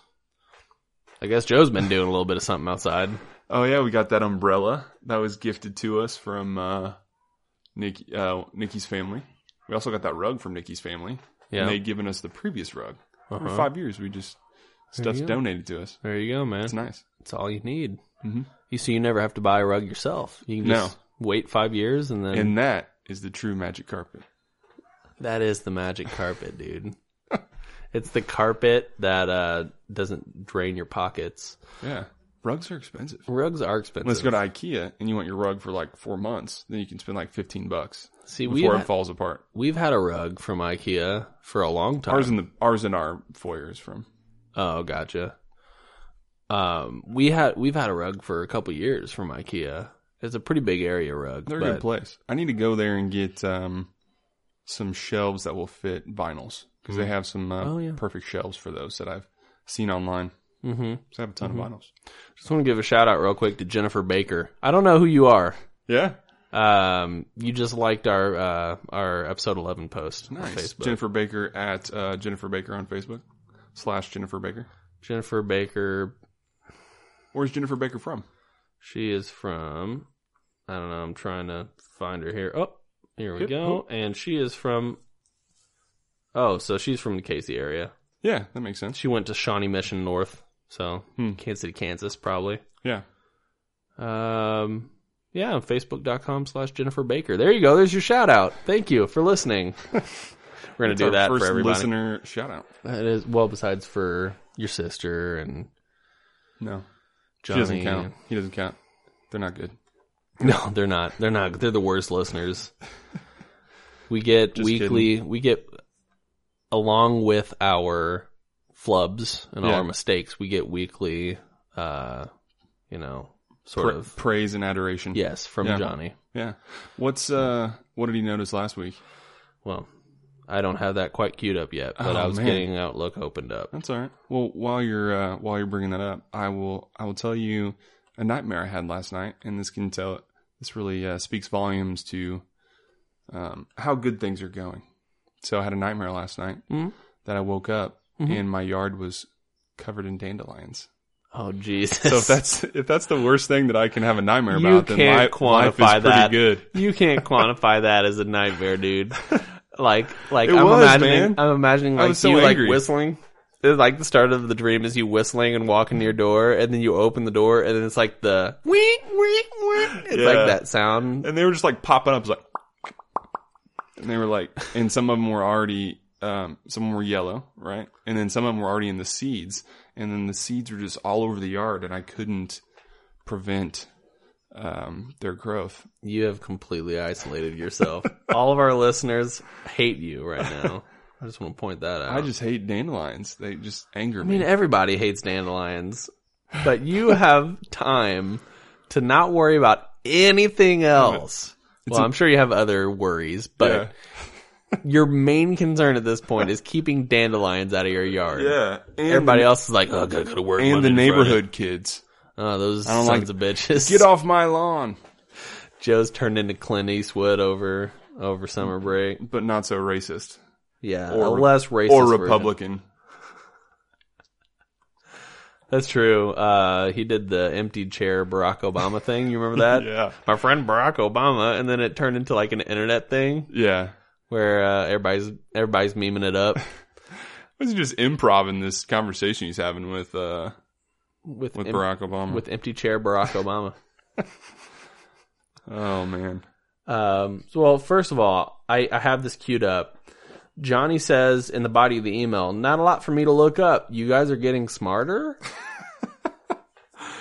[SPEAKER 1] I guess Joe's been doing a little bit of something outside.
[SPEAKER 2] Oh yeah, we got that umbrella that was gifted to us from uh, Nick, uh, Nikki's family. We also got that rug from Nikki's family.
[SPEAKER 1] Yeah.
[SPEAKER 2] and they'd given us the previous rug for
[SPEAKER 1] Uh-huh.
[SPEAKER 2] five years. We just stuff's
[SPEAKER 1] you go.
[SPEAKER 2] donated to us.
[SPEAKER 1] There you go, man.
[SPEAKER 2] It's nice.
[SPEAKER 1] That's all you need.
[SPEAKER 2] Mhm.
[SPEAKER 1] You see, you never have to buy a rug yourself. You can just wait five years and then
[SPEAKER 2] And that is the true magic carpet.
[SPEAKER 1] that is the magic carpet, dude. it's the carpet that uh, doesn't drain your pockets.
[SPEAKER 2] Yeah, rugs are expensive.
[SPEAKER 1] Rugs are expensive.
[SPEAKER 2] Let's go to IKEA and you want your rug for like four months, then you can spend like fifteen bucks
[SPEAKER 1] see. We've
[SPEAKER 2] before it
[SPEAKER 1] had,
[SPEAKER 2] falls apart.
[SPEAKER 1] we've had a rug from IKEA for a long time.
[SPEAKER 2] Ours in the ours in our foyer is from.
[SPEAKER 1] Oh, gotcha. Um, we had we've had a rug for a couple years from IKEA. It's a pretty big area rug.
[SPEAKER 2] They're a
[SPEAKER 1] but
[SPEAKER 2] good place. I need to go there and get um, some shelves that will fit vinyls because they have some uh,
[SPEAKER 1] Oh, yeah.
[SPEAKER 2] perfect shelves for those that I've seen online.
[SPEAKER 1] Mhm.
[SPEAKER 2] So I have a ton of vinyls.
[SPEAKER 1] Just want to give a shout out real quick to Jennifer Baker. I don't know who you are.
[SPEAKER 2] Yeah,
[SPEAKER 1] Um, you just liked our uh, our episode eleven post on
[SPEAKER 2] nice.
[SPEAKER 1] Facebook.
[SPEAKER 2] Jennifer Baker at uh, Jennifer Baker on Facebook slash Jennifer Baker.
[SPEAKER 1] Jennifer Baker.
[SPEAKER 2] Where's Jennifer Baker from?
[SPEAKER 1] She is from. I don't know. I'm trying to find her here. Oh, here we
[SPEAKER 2] Yep.
[SPEAKER 1] go. And she is from. Oh, so she's from the Casey area.
[SPEAKER 2] Yeah, that makes sense.
[SPEAKER 1] She went to Shawnee Mission North, so
[SPEAKER 2] Hmm.
[SPEAKER 1] Kansas City, Kansas, probably.
[SPEAKER 2] Yeah,
[SPEAKER 1] Um, yeah, facebook.com slash Jennifer Baker. There you go. There's your shout out. Thank you for
[SPEAKER 2] *laughs*
[SPEAKER 1] listening. We're going
[SPEAKER 2] It's
[SPEAKER 1] to do
[SPEAKER 2] our
[SPEAKER 1] that
[SPEAKER 2] first
[SPEAKER 1] for everybody.
[SPEAKER 2] listener shout out.
[SPEAKER 1] That is, well, besides for your sister and
[SPEAKER 2] No,
[SPEAKER 1] Johnny.
[SPEAKER 2] she doesn't count. He doesn't count. They're not good.
[SPEAKER 1] *laughs* No, they're not. They're not. They're the worst listeners. We get
[SPEAKER 2] Just
[SPEAKER 1] weekly. We get along with our flubs and all
[SPEAKER 2] Yeah.
[SPEAKER 1] our mistakes. We get weekly. Uh, you know, sort
[SPEAKER 2] Pra-
[SPEAKER 1] of
[SPEAKER 2] praise and adoration.
[SPEAKER 1] yes from
[SPEAKER 2] Yeah.
[SPEAKER 1] Johnny.
[SPEAKER 2] yeah. What's uh? What did he notice last week?
[SPEAKER 1] Well, I don't have that quite queued up yet, but
[SPEAKER 2] Oh,
[SPEAKER 1] I was
[SPEAKER 2] man.
[SPEAKER 1] getting Outlook opened up.
[SPEAKER 2] That's all right. Well, while you're uh, while you're bringing that up, I will I will tell you a nightmare I had last night, and this can tell this really uh, speaks volumes to um, how good things are going. So I had a nightmare last night
[SPEAKER 1] Mhm.
[SPEAKER 2] that I woke up
[SPEAKER 1] Mhm.
[SPEAKER 2] and my yard was covered in dandelions.
[SPEAKER 1] *laughs* Oh Jesus!
[SPEAKER 2] So if that's if that's the worst thing that I can have a nightmare
[SPEAKER 1] You
[SPEAKER 2] about, then li-
[SPEAKER 1] can't
[SPEAKER 2] life,
[SPEAKER 1] quantify
[SPEAKER 2] is pretty
[SPEAKER 1] that.
[SPEAKER 2] good.
[SPEAKER 1] *laughs* you can't quantify that as a nightmare,
[SPEAKER 2] *laughs*
[SPEAKER 1] dude. Like, like
[SPEAKER 2] It
[SPEAKER 1] I'm
[SPEAKER 2] was,
[SPEAKER 1] imagining,
[SPEAKER 2] man.
[SPEAKER 1] I'm imagining
[SPEAKER 2] I
[SPEAKER 1] like
[SPEAKER 2] was so
[SPEAKER 1] you
[SPEAKER 2] angry.
[SPEAKER 1] like whistling. It's like the start of the dream is you whistling and walking to your door, and then you open the door, and then it's like the wee wee wee. It's
[SPEAKER 2] Yeah.
[SPEAKER 1] like that sound.
[SPEAKER 2] and they were just like popping up, like, and they were like, and some of them were already, um, some of them were yellow, right? And then some of them were already in the seeds, and then the seeds were just all over the yard, and I couldn't prevent um, their growth.
[SPEAKER 1] You have completely isolated
[SPEAKER 2] *laughs*
[SPEAKER 1] yourself. All of our listeners hate you right now. I just want to point that out.
[SPEAKER 2] I just hate dandelions; they just anger
[SPEAKER 1] I mean,
[SPEAKER 2] me.
[SPEAKER 1] everybody hates dandelions, but
[SPEAKER 2] *laughs*
[SPEAKER 1] you have time to not worry about anything else. well, i I'm sure you have other worries, but your main concern at this point is keeping dandelions out of your yard.
[SPEAKER 2] and
[SPEAKER 1] Everybody else is like, oh, gotta go to work.
[SPEAKER 2] and
[SPEAKER 1] Monday
[SPEAKER 2] the
[SPEAKER 1] to
[SPEAKER 2] neighborhood kids.
[SPEAKER 1] Friday." Oh, those
[SPEAKER 2] don't
[SPEAKER 1] sons
[SPEAKER 2] like-
[SPEAKER 1] of bitches.
[SPEAKER 2] Get off my lawn,
[SPEAKER 1] Joe's turned into Clint Eastwood over over summer break.
[SPEAKER 2] but not so racist
[SPEAKER 1] Yeah,
[SPEAKER 2] Or-
[SPEAKER 1] a less racist
[SPEAKER 2] or
[SPEAKER 1] version.
[SPEAKER 2] Republican.
[SPEAKER 1] That's true. Uh, he did the empty chair Barack Obama thing. You remember that?
[SPEAKER 2] *laughs* Yeah,
[SPEAKER 1] my friend Barack Obama, and then it turned into like an internet thing
[SPEAKER 2] yeah.
[SPEAKER 1] where uh, everybody's everybody's
[SPEAKER 2] *laughs*
[SPEAKER 1] memeing it up.
[SPEAKER 2] Was he just improv in this conversation he's having with uh
[SPEAKER 1] with
[SPEAKER 2] with
[SPEAKER 1] em-
[SPEAKER 2] Barack Obama.
[SPEAKER 1] with empty chair Barack Obama.
[SPEAKER 2] oh man,
[SPEAKER 1] Um, so, well, first of all, I, I have this queued up. Johnny says in the body of the email, "Not a lot for me to look up. You guys are getting smarter."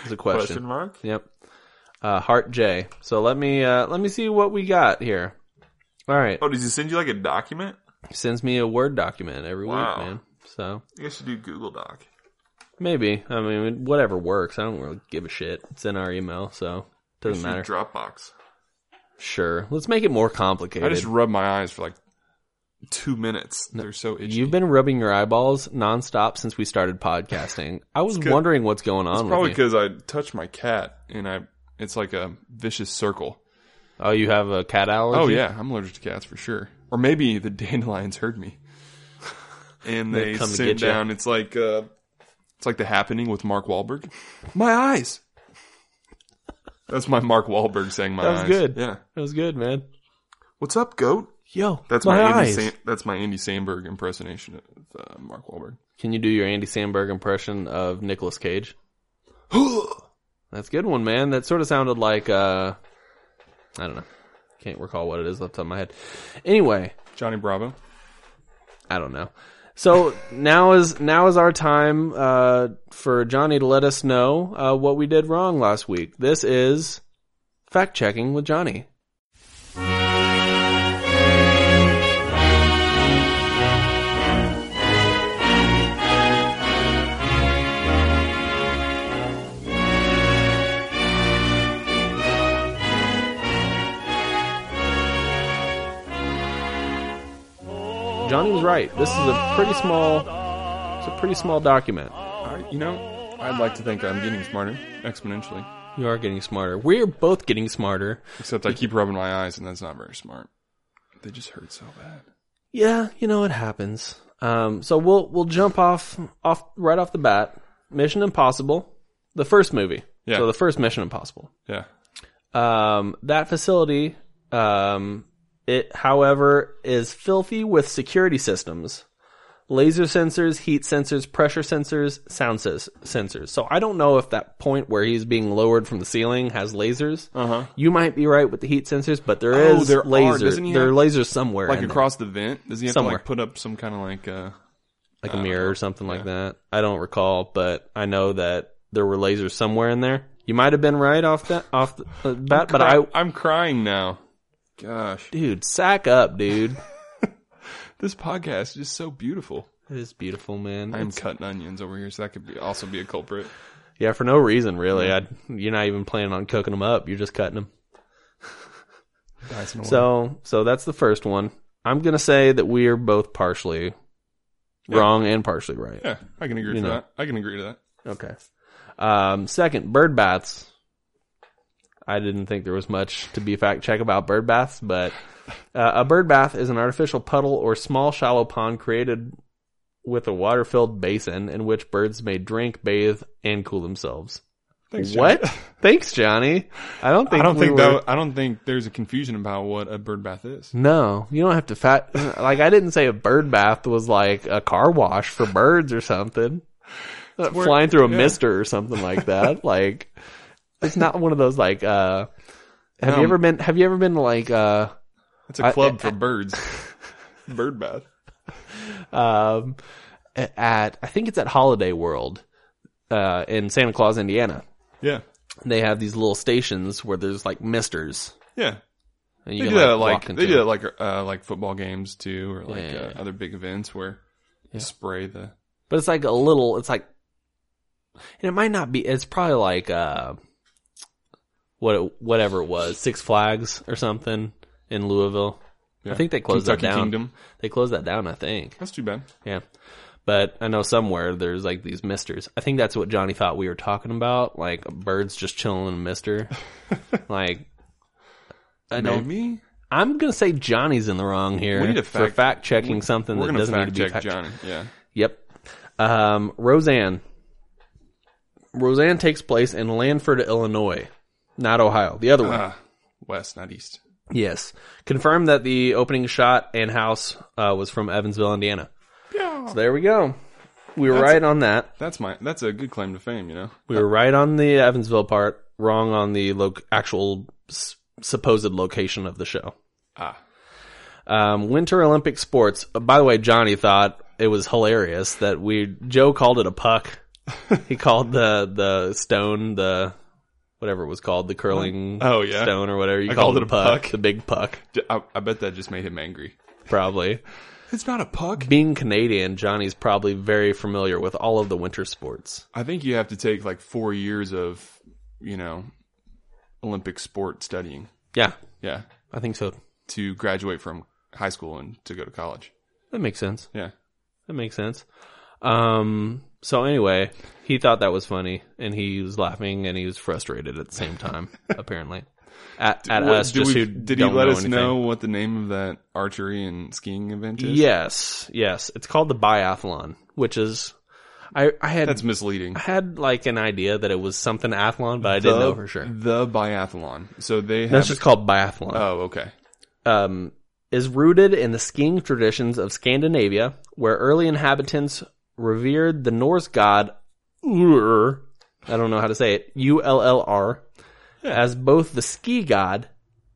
[SPEAKER 1] Is a question.
[SPEAKER 3] Question mark?
[SPEAKER 1] Yep. Uh, Heart J. So let me uh, let me see what we got here. All right.
[SPEAKER 3] Oh, does he send you like a document?
[SPEAKER 1] Sends me a Word document every
[SPEAKER 3] Wow.
[SPEAKER 1] week, man. So
[SPEAKER 3] I guess you do Google Doc.
[SPEAKER 1] maybe I mean whatever works. I don't really give a shit. It's in our email, so doesn't
[SPEAKER 3] Shoot,
[SPEAKER 1] matter.
[SPEAKER 3] Dropbox.
[SPEAKER 1] sure. Let's make it more
[SPEAKER 2] I
[SPEAKER 1] complicated.
[SPEAKER 2] just rubbed my eyes for like
[SPEAKER 3] Two minutes.
[SPEAKER 2] they're so itchy.
[SPEAKER 1] You've been rubbing your eyeballs nonstop since we started podcasting. I was
[SPEAKER 2] good.
[SPEAKER 1] wondering what's going on
[SPEAKER 2] it's
[SPEAKER 1] with
[SPEAKER 2] probably
[SPEAKER 1] you.
[SPEAKER 2] because I touched my cat and I it's like a vicious circle.
[SPEAKER 1] Oh, you have a cat allergy?
[SPEAKER 2] Oh yeah, I'm allergic to cats for sure. Or maybe the *laughs* dandelions heard me, and
[SPEAKER 1] They
[SPEAKER 2] they
[SPEAKER 1] come to
[SPEAKER 2] sit
[SPEAKER 1] get ya.
[SPEAKER 2] down. It's like uh, it's like the happening with Mark Wahlberg. My eyes. That's my Mark Wahlberg saying my
[SPEAKER 1] That was
[SPEAKER 2] eyes.
[SPEAKER 1] good.
[SPEAKER 2] Yeah.
[SPEAKER 1] That was good, man.
[SPEAKER 3] What's up, goat?
[SPEAKER 1] Yo,
[SPEAKER 2] That's my,
[SPEAKER 1] my,
[SPEAKER 2] Andy
[SPEAKER 1] eyes.
[SPEAKER 2] San- that's my Andy Sandberg impersonation of uh, Mark Wahlberg. *gasps*
[SPEAKER 1] Can you do your Andy Sandberg impression of Nicolas Cage? That's a good one, man. That sort of sounded like uh I don't know. Can't recall what it is off the top of my head. Anyway,
[SPEAKER 2] Johnny Bravo.
[SPEAKER 1] I don't know. So now is now is our time uh, for Johnny to let us know uh, what we did wrong last week. This is fact checking with Johnny. Johnny was right. This is a pretty small, it's a pretty small document.
[SPEAKER 2] I, Uh, you know, I'd like to think I'm getting smarter exponentially.
[SPEAKER 1] You are getting smarter. We're both getting smarter.
[SPEAKER 2] Except I keep rubbing my eyes, and that's not very smart. They just hurt so bad.
[SPEAKER 1] Yeah, you know it happens. Um, so we'll we'll jump off off right off the bat. Mission Impossible, the first movie.
[SPEAKER 2] Yeah.
[SPEAKER 1] So the first Mission Impossible.
[SPEAKER 2] Yeah.
[SPEAKER 1] Um, that facility, um, it however is filthy with security systems, laser sensors, heat sensors, pressure sensors, sound sens- sensors. So I don't know if that point where he's being lowered from the ceiling has lasers. Uh huh. You might be right with the heat sensors, but there
[SPEAKER 2] Uh-huh. Oh,
[SPEAKER 1] is
[SPEAKER 2] there are.
[SPEAKER 1] laser.
[SPEAKER 2] Doesn't he
[SPEAKER 1] there are
[SPEAKER 2] have-
[SPEAKER 1] lasers somewhere.
[SPEAKER 2] Like
[SPEAKER 1] in there.
[SPEAKER 2] across the vent, does he have to
[SPEAKER 1] Somewhere.
[SPEAKER 2] like put up some kind of like uh,
[SPEAKER 1] like a mirror or something like that. I don't recall, but I know that there were lasers somewhere in there. You might have been right off that off the uh, bat, but I,
[SPEAKER 2] I'm crying now. Gosh,
[SPEAKER 1] dude, sack up, dude.
[SPEAKER 2] this podcast is just so beautiful.
[SPEAKER 1] it is beautiful, man.
[SPEAKER 2] I'm cutting onions over here, so that could be also be a culprit.
[SPEAKER 1] yeah, for no reason, really. I, you're not even planning on cooking them up. You're just cutting them. So, so that's the first one. I'm gonna say that we are both partially wrong and partially right.
[SPEAKER 2] yeah, I can agree
[SPEAKER 1] You
[SPEAKER 2] to
[SPEAKER 1] know.
[SPEAKER 2] that. I can agree to that.
[SPEAKER 1] Okay. Um, second, bird baths. I didn't think there was much to be fact check about bird baths, but uh, a bird bath is an artificial puddle or small shallow pond created with a water filled basin in which birds may drink, bathe, and cool themselves.
[SPEAKER 2] Thanks, John. *laughs*
[SPEAKER 1] What? Thanks, Johnny. I don't think
[SPEAKER 2] I don't
[SPEAKER 1] we
[SPEAKER 2] think
[SPEAKER 1] were-
[SPEAKER 2] that. I don't think there's a confusion about what a bird bath is.
[SPEAKER 1] No, you don't have to fat. Like I didn't say a bird bath was like a car wash for birds or something. Not
[SPEAKER 2] where-
[SPEAKER 1] flying through a
[SPEAKER 2] yeah.
[SPEAKER 1] mister or something like
[SPEAKER 2] *laughs*
[SPEAKER 1] that. like it's not one of those like. uh Have
[SPEAKER 2] Um,
[SPEAKER 1] you ever been? Have you ever been to like uh
[SPEAKER 2] It's a club
[SPEAKER 1] *laughs*
[SPEAKER 2] for birds. bird bath.
[SPEAKER 1] um a- at I think it's at Holiday World uh in Santa Claus, Indiana.
[SPEAKER 2] Yeah,
[SPEAKER 1] They have these little stations where there's like misters.
[SPEAKER 2] yeah.
[SPEAKER 1] And
[SPEAKER 2] They
[SPEAKER 1] you
[SPEAKER 2] do
[SPEAKER 1] can,
[SPEAKER 2] that at,
[SPEAKER 1] walk
[SPEAKER 2] like
[SPEAKER 1] into
[SPEAKER 2] they do that at, like uh, like football games too, or like
[SPEAKER 1] Yeah.
[SPEAKER 2] uh, other big events where you spray the.
[SPEAKER 1] but it's like a little it's like and it might not be it's probably like uh what it, whatever it was six flags or something in louisville
[SPEAKER 2] Yeah.
[SPEAKER 1] i think they closed
[SPEAKER 2] Kentucky
[SPEAKER 1] that down
[SPEAKER 2] Kingdom.
[SPEAKER 1] they closed that down i think
[SPEAKER 2] That's too bad.
[SPEAKER 1] yeah but i know somewhere there's like these misters i think that's what johnny thought we were talking about like birds just chilling in a
[SPEAKER 2] *laughs*
[SPEAKER 1] mister like I don't,
[SPEAKER 2] Maybe
[SPEAKER 1] I'm gonna say Johnny's in the wrong here
[SPEAKER 2] We need to
[SPEAKER 1] for
[SPEAKER 2] fact-
[SPEAKER 1] fact checking something that
[SPEAKER 2] we're gonna
[SPEAKER 1] doesn't need to
[SPEAKER 2] fact
[SPEAKER 1] be
[SPEAKER 2] check
[SPEAKER 1] fact
[SPEAKER 2] Johnny. Yeah.
[SPEAKER 1] Yep. Um, Roseanne. Roseanne takes place in Lanford, Illinois, not Ohio. The other one.
[SPEAKER 2] Ah, west, not east.
[SPEAKER 1] Yes. Confirmed that the opening shot and house uh, was from Evansville, Indiana. So there we go. we were
[SPEAKER 2] That's-
[SPEAKER 1] right on that.
[SPEAKER 2] That's my. That's a good claim to fame. You know.
[SPEAKER 1] We were right on the Evansville part, wrong on the lo- actual s- supposed location of the show.
[SPEAKER 2] Ah.
[SPEAKER 1] Um, Winter Olympic sports. Uh, By the way, Johnny thought it was hilarious that we Joe called it a puck. he called the the stone the whatever it was called the curling
[SPEAKER 2] Oh, yeah.
[SPEAKER 1] stone or whatever you
[SPEAKER 2] I
[SPEAKER 1] called, it a puck, the big puck
[SPEAKER 2] D- I, I bet that just made him angry.
[SPEAKER 1] probably.
[SPEAKER 2] It's not a puck.
[SPEAKER 1] Being Canadian, Johnny's probably very familiar with all of the winter sports.
[SPEAKER 2] I think you have to take like four years of, you know, Olympic sport studying.
[SPEAKER 1] Yeah,
[SPEAKER 2] Yeah.
[SPEAKER 1] I think so.
[SPEAKER 2] To graduate from high school and to go to college.
[SPEAKER 1] That makes sense.
[SPEAKER 2] Yeah.
[SPEAKER 1] That makes sense. Um. So anyway, he thought that was funny, and he was laughing, and he was frustrated at the same
[SPEAKER 2] *laughs*
[SPEAKER 1] time. apparently, at, at
[SPEAKER 2] What-
[SPEAKER 1] us,
[SPEAKER 2] do
[SPEAKER 1] just
[SPEAKER 2] we-
[SPEAKER 1] who
[SPEAKER 2] did he
[SPEAKER 1] don't
[SPEAKER 2] let
[SPEAKER 1] know
[SPEAKER 2] us
[SPEAKER 1] anything.
[SPEAKER 2] know what the name of that archery and skiing event is?
[SPEAKER 1] Yes, yes. It's called the biathlon, which is, I I had
[SPEAKER 2] That's misleading.
[SPEAKER 1] I had like an idea that it was something athlon, but I didn't know for sure.
[SPEAKER 2] The biathlon. So they have.
[SPEAKER 1] That's just called biathlon.
[SPEAKER 2] oh, okay.
[SPEAKER 1] um, is rooted in the skiing traditions of Scandinavia, where early inhabitants revered the Norse god Ullr. I don't know how to say it. U L L R, as both the ski god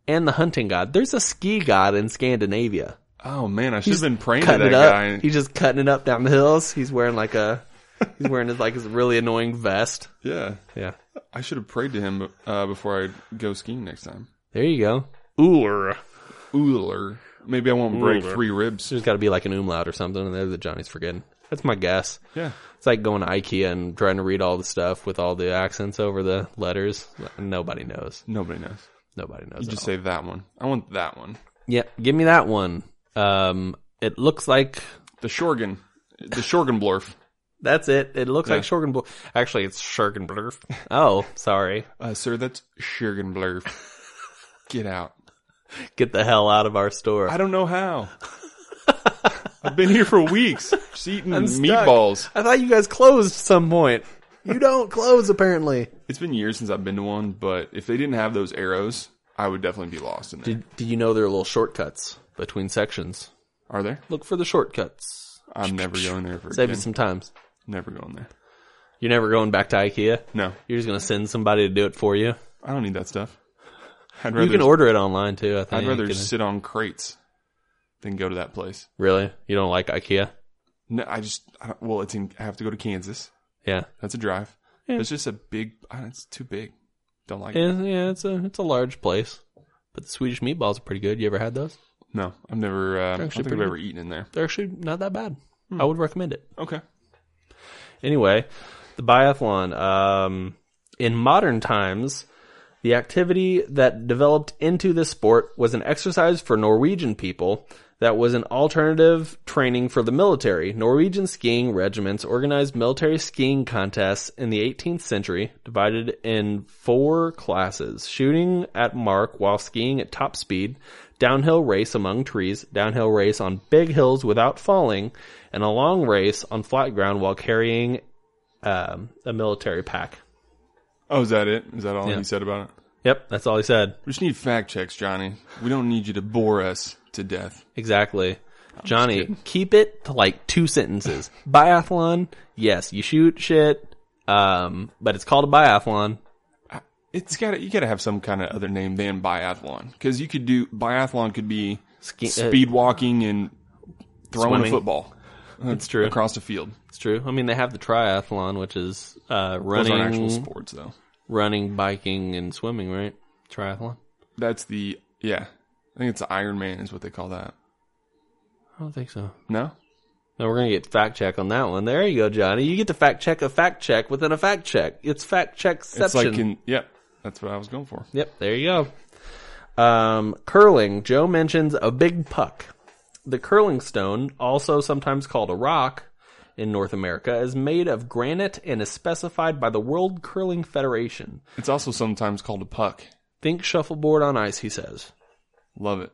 [SPEAKER 1] and the hunting god. There's a ski god in Scandinavia.
[SPEAKER 2] Oh man, I should have been praying to
[SPEAKER 1] Cutting
[SPEAKER 2] that
[SPEAKER 1] it up.
[SPEAKER 2] guy.
[SPEAKER 1] He's just cutting it up down the hills. He's wearing like a, he's wearing his like his really annoying vest.
[SPEAKER 2] yeah,
[SPEAKER 1] Yeah.
[SPEAKER 2] I should have prayed to him uh, before I go skiing next time.
[SPEAKER 1] There you go. Ullr.
[SPEAKER 2] Ooler. Maybe I won't break
[SPEAKER 1] Uller.
[SPEAKER 2] three ribs.
[SPEAKER 1] There's got to be like an umlaut or something in there that Johnny's forgetting. That's my guess.
[SPEAKER 2] Yeah.
[SPEAKER 1] It's like going to IKEA and trying to read all the stuff with all the accents over the letters. Nobody knows.
[SPEAKER 2] Nobody knows.
[SPEAKER 1] Nobody knows.
[SPEAKER 2] You
[SPEAKER 1] at
[SPEAKER 2] just
[SPEAKER 1] all.
[SPEAKER 2] say that one. I want that one.
[SPEAKER 1] yeah, give me that one. Um, it looks like
[SPEAKER 2] The Shorgan. The Shorgenblorf.
[SPEAKER 1] that's it. It looks
[SPEAKER 2] Yeah.
[SPEAKER 1] like Shorgenblurf. Actually, it's *laughs* Shorgenblurf. Oh, sorry.
[SPEAKER 2] *laughs* Uh, sir, that's *laughs* Shorgenblorf. Get out.
[SPEAKER 1] Get the hell out of our store.
[SPEAKER 2] I don't know how. *laughs* I've been here for weeks, just eating
[SPEAKER 1] stuck.
[SPEAKER 2] meatballs.
[SPEAKER 1] I thought you guys closed some point. You don't close apparently.
[SPEAKER 2] It's been years since I've been to one, but if they didn't have those arrows, I would definitely be lost in there.
[SPEAKER 1] Did, did you know there are little shortcuts between sections?
[SPEAKER 2] Are there?
[SPEAKER 1] Look for the shortcuts.
[SPEAKER 2] I'm never going there for
[SPEAKER 1] Save
[SPEAKER 2] again.
[SPEAKER 1] you some times.
[SPEAKER 2] Never going there.
[SPEAKER 1] You're never going back to IKEA.
[SPEAKER 2] No,
[SPEAKER 1] You're just gonna send somebody to do it for you.
[SPEAKER 2] I don't need that *laughs* stuff. I'd rather
[SPEAKER 1] you can order it online too. I think.
[SPEAKER 2] I'd rather
[SPEAKER 1] You can-
[SPEAKER 2] sit on crates than go to that place.
[SPEAKER 1] really, you don't like IKEA?
[SPEAKER 2] No, I just I don't, well, it's in, I have to go to Kansas.
[SPEAKER 1] Yeah,
[SPEAKER 2] That's a drive.
[SPEAKER 1] Yeah.
[SPEAKER 2] It's just a big. ah, It's too big. Don't like it.
[SPEAKER 1] yeah, yeah. It's a it's a large place, but the Swedish meatballs are pretty good. You ever had those?
[SPEAKER 2] No, I've never. Uh, I don't
[SPEAKER 1] actually
[SPEAKER 2] think I've
[SPEAKER 1] pretty
[SPEAKER 2] ever eaten in there.
[SPEAKER 1] They're actually not that bad. I would recommend it.
[SPEAKER 2] Okay.
[SPEAKER 1] Anyway, the biathlon. Um, in modern times, the activity that developed into this sport was an exercise for Norwegian people that was an alternative training for the military. Norwegian skiing regiments organized military skiing contests in the 18th century, divided in four classes shooting at mark while skiing at top speed, downhill race among trees, downhill race on big hills without falling, and a long race on flat ground while carrying um, a military pack.
[SPEAKER 2] Oh, is that it? Is that all
[SPEAKER 1] Yeah.
[SPEAKER 2] he said about it?
[SPEAKER 1] Yep, that's all he said.
[SPEAKER 2] We just need fact checks, Johnny. We don't need you to bore us to death.
[SPEAKER 1] Exactly. Johnny, keep it to like two sentences. biathlon, yes, you shoot shit, um, but it's called a biathlon.
[SPEAKER 2] It's got to you got to have some kind of other name than biathlon because you could do biathlon could be
[SPEAKER 1] Ski- uh,
[SPEAKER 2] speed walking and throwing
[SPEAKER 1] Swimming.
[SPEAKER 2] a football. That's
[SPEAKER 1] true.
[SPEAKER 2] across the field.
[SPEAKER 1] It's true. I mean, they have the triathlon, which is uh,
[SPEAKER 2] Those aren't actual
[SPEAKER 1] running,
[SPEAKER 2] sports though.
[SPEAKER 1] running, biking, and swimming, right? Triathlon.
[SPEAKER 2] That's the yeah. I think it's the Iron Man is what they call that.
[SPEAKER 1] I don't think so.
[SPEAKER 2] No,
[SPEAKER 1] No, we're gonna get fact check on that one. There you go, Johnny. You get to fact check a fact check within a fact check. It's fact checkception.
[SPEAKER 2] it's like in yeah. That's what I was going for.
[SPEAKER 1] Yep, there you go. Um, curling. Joe mentions a big puck. The curling stone, also sometimes called a rock in North America, is made of granite and is specified by the World Curling Federation.
[SPEAKER 2] It's also sometimes called a puck.
[SPEAKER 1] Think shuffleboard on ice, he says.
[SPEAKER 2] Love it.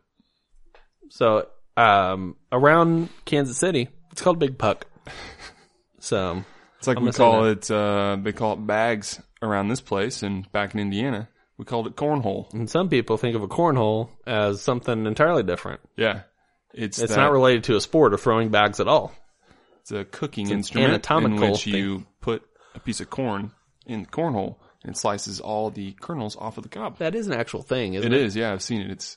[SPEAKER 1] So, um, around Kansas City, it's called Big Puck. *laughs* So,
[SPEAKER 2] It's like we
[SPEAKER 1] gonna say
[SPEAKER 2] call it. Uh, they call it bags around this place, and back in Indiana, we called it cornhole.
[SPEAKER 1] and some people think of a cornhole as something entirely different.
[SPEAKER 2] Yeah, it's
[SPEAKER 1] It's
[SPEAKER 2] that-
[SPEAKER 1] not related to a sport or throwing bags at all.
[SPEAKER 2] It's a cooking
[SPEAKER 1] an
[SPEAKER 2] instrument
[SPEAKER 1] anatomical
[SPEAKER 2] in which you put a piece of corn in the corn hole and it slices all the kernels off of the cob.
[SPEAKER 1] That is an actual thing, isn't
[SPEAKER 2] It
[SPEAKER 1] it?
[SPEAKER 2] is, yeah, I've seen it. It's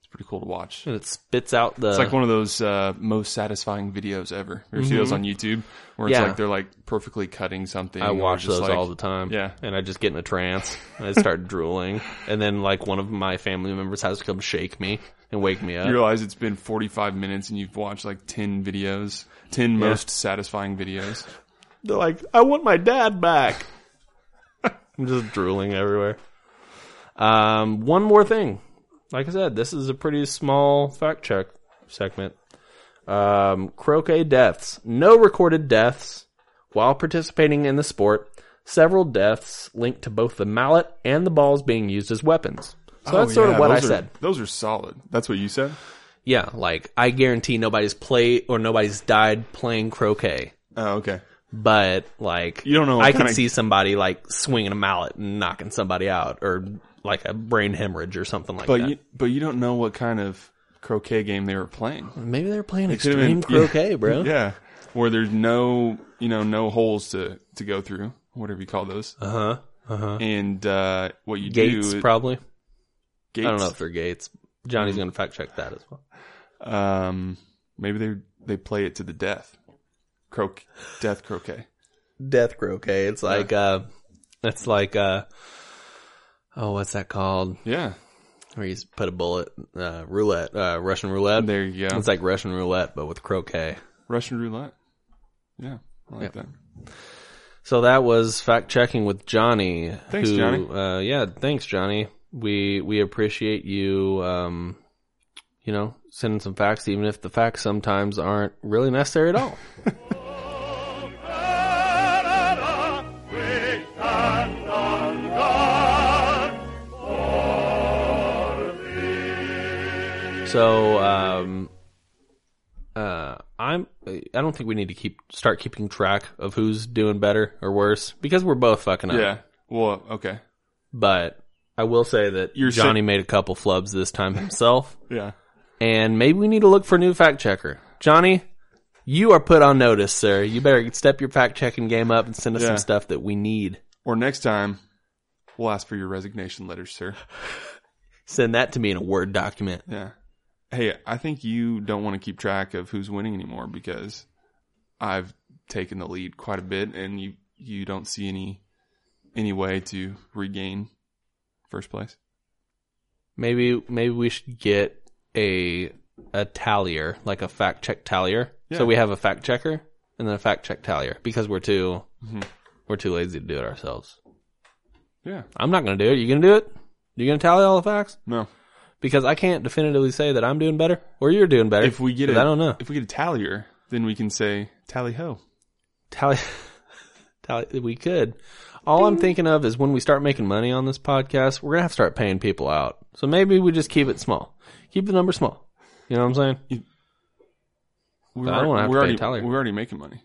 [SPEAKER 2] it's pretty cool to watch.
[SPEAKER 1] And it spits out the.
[SPEAKER 2] It's like one of those uh, most satisfying videos ever. You ever see those on YouTube where it's
[SPEAKER 1] Mm-hmm. Yeah.
[SPEAKER 2] like they're like perfectly cutting something.
[SPEAKER 1] I
[SPEAKER 2] or
[SPEAKER 1] watch
[SPEAKER 2] just,
[SPEAKER 1] those
[SPEAKER 2] like-
[SPEAKER 1] all the time.
[SPEAKER 2] Yeah.
[SPEAKER 1] And I just get in a trance. And I start *laughs* drooling. And then, like, one of my family members has to come shake me and wake me up.
[SPEAKER 2] You realize it's been 45 minutes and you've watched like 10 videos, 10 most satisfying videos.
[SPEAKER 1] They're like, I want my dad back. *laughs* I'm just drooling everywhere. Um, one more thing. Like I said, this is a pretty small fact check segment. Um, croquet deaths. No recorded deaths while participating in the sport. Several deaths linked to both the mallet and the balls being used as weapons. So that's sort of what I
[SPEAKER 2] those are-
[SPEAKER 1] said.
[SPEAKER 2] Those are solid.
[SPEAKER 3] That's what you said.
[SPEAKER 1] Yeah, like I guarantee nobody's play or nobody's died playing croquet.
[SPEAKER 2] Oh, okay.
[SPEAKER 1] but like
[SPEAKER 2] You don't know what
[SPEAKER 1] I can
[SPEAKER 2] kinda-
[SPEAKER 1] see somebody like swinging a mallet and knocking somebody out, or like a brain hemorrhage or something like
[SPEAKER 2] But
[SPEAKER 1] that.
[SPEAKER 2] you, but you don't know what kind of croquet game they were playing.
[SPEAKER 1] Maybe they're playing
[SPEAKER 2] could've
[SPEAKER 1] extreme
[SPEAKER 2] been- yeah.
[SPEAKER 1] croquet, bro.
[SPEAKER 2] Yeah, where there's no you know no holes to to go through, whatever you call those. Uh huh. Uh huh. And uh, what you
[SPEAKER 1] Uh-huh. Gates
[SPEAKER 2] do is-
[SPEAKER 1] probably.
[SPEAKER 2] gates.
[SPEAKER 1] I don't know if they're gates. Johnny's gonna fact check that as well.
[SPEAKER 2] Um, maybe they they play it to the death. Croc death croquet.
[SPEAKER 1] Death croquet. It's like uh, it's like uh, oh, what's that called?
[SPEAKER 2] Yeah,
[SPEAKER 1] Where you just put a bullet, uh, roulette, uh, Russian roulette.
[SPEAKER 2] there you go.
[SPEAKER 1] It's like Russian roulette, but with croquet.
[SPEAKER 2] Russian roulette. Yeah, I like that.
[SPEAKER 1] So that was fact checking with Johnny.
[SPEAKER 2] Thanks,
[SPEAKER 1] who,
[SPEAKER 2] Johnny.
[SPEAKER 1] Uh, yeah, thanks, Johnny. We we appreciate you. Um, you know, sending some facts, even if the facts sometimes aren't really necessary at all. So um, uh, I'm. I don't think we need to keep start keeping track of who's doing better or worse because we're both fucking up.
[SPEAKER 2] Yeah. Well, okay.
[SPEAKER 1] But I will say that
[SPEAKER 2] You're sa-
[SPEAKER 1] Johnny made a couple flubs this time himself,
[SPEAKER 2] Yeah.
[SPEAKER 1] and maybe we need to look for a new fact checker. Johnny, you are put on notice, sir. You better step your fact checking game up and send us
[SPEAKER 2] Yeah.
[SPEAKER 1] some stuff that we need.
[SPEAKER 2] Or next time, we'll ask for your resignation letter, sir. *laughs*
[SPEAKER 1] Send that to me in a Word document.
[SPEAKER 2] Yeah. Hey, I think you don't want to keep track of who's winning anymore because I've taken the lead quite a bit, and you you don't see any any way to regain first place.
[SPEAKER 1] Maybe maybe we should get a a tallier, like a fact check tallier.
[SPEAKER 2] Yeah.
[SPEAKER 1] So we have a fact checker and then a fact check tallier because we're too
[SPEAKER 2] Mm-hmm.
[SPEAKER 1] we're too lazy to do it ourselves.
[SPEAKER 2] Yeah.
[SPEAKER 1] I'm not gonna do it. You gonna do it? You gonna tally all the facts?
[SPEAKER 2] No.
[SPEAKER 1] Because I can't definitively say that I'm doing better or you're doing better.
[SPEAKER 2] If we get
[SPEAKER 1] 'Cause
[SPEAKER 2] a,
[SPEAKER 1] I don't know.
[SPEAKER 2] If we get a tallier, then we can say tally ho.
[SPEAKER 1] Tally, *laughs* tally, we could. All I'm thinking of is when we start making money on this podcast, we're gonna have to start paying people out. So maybe we just keep it small, keep the number small. You know what I'm saying?
[SPEAKER 2] We're,
[SPEAKER 1] I don't wanna have
[SPEAKER 2] we're
[SPEAKER 1] to pay
[SPEAKER 2] already
[SPEAKER 1] a tallier.
[SPEAKER 2] we're already making money.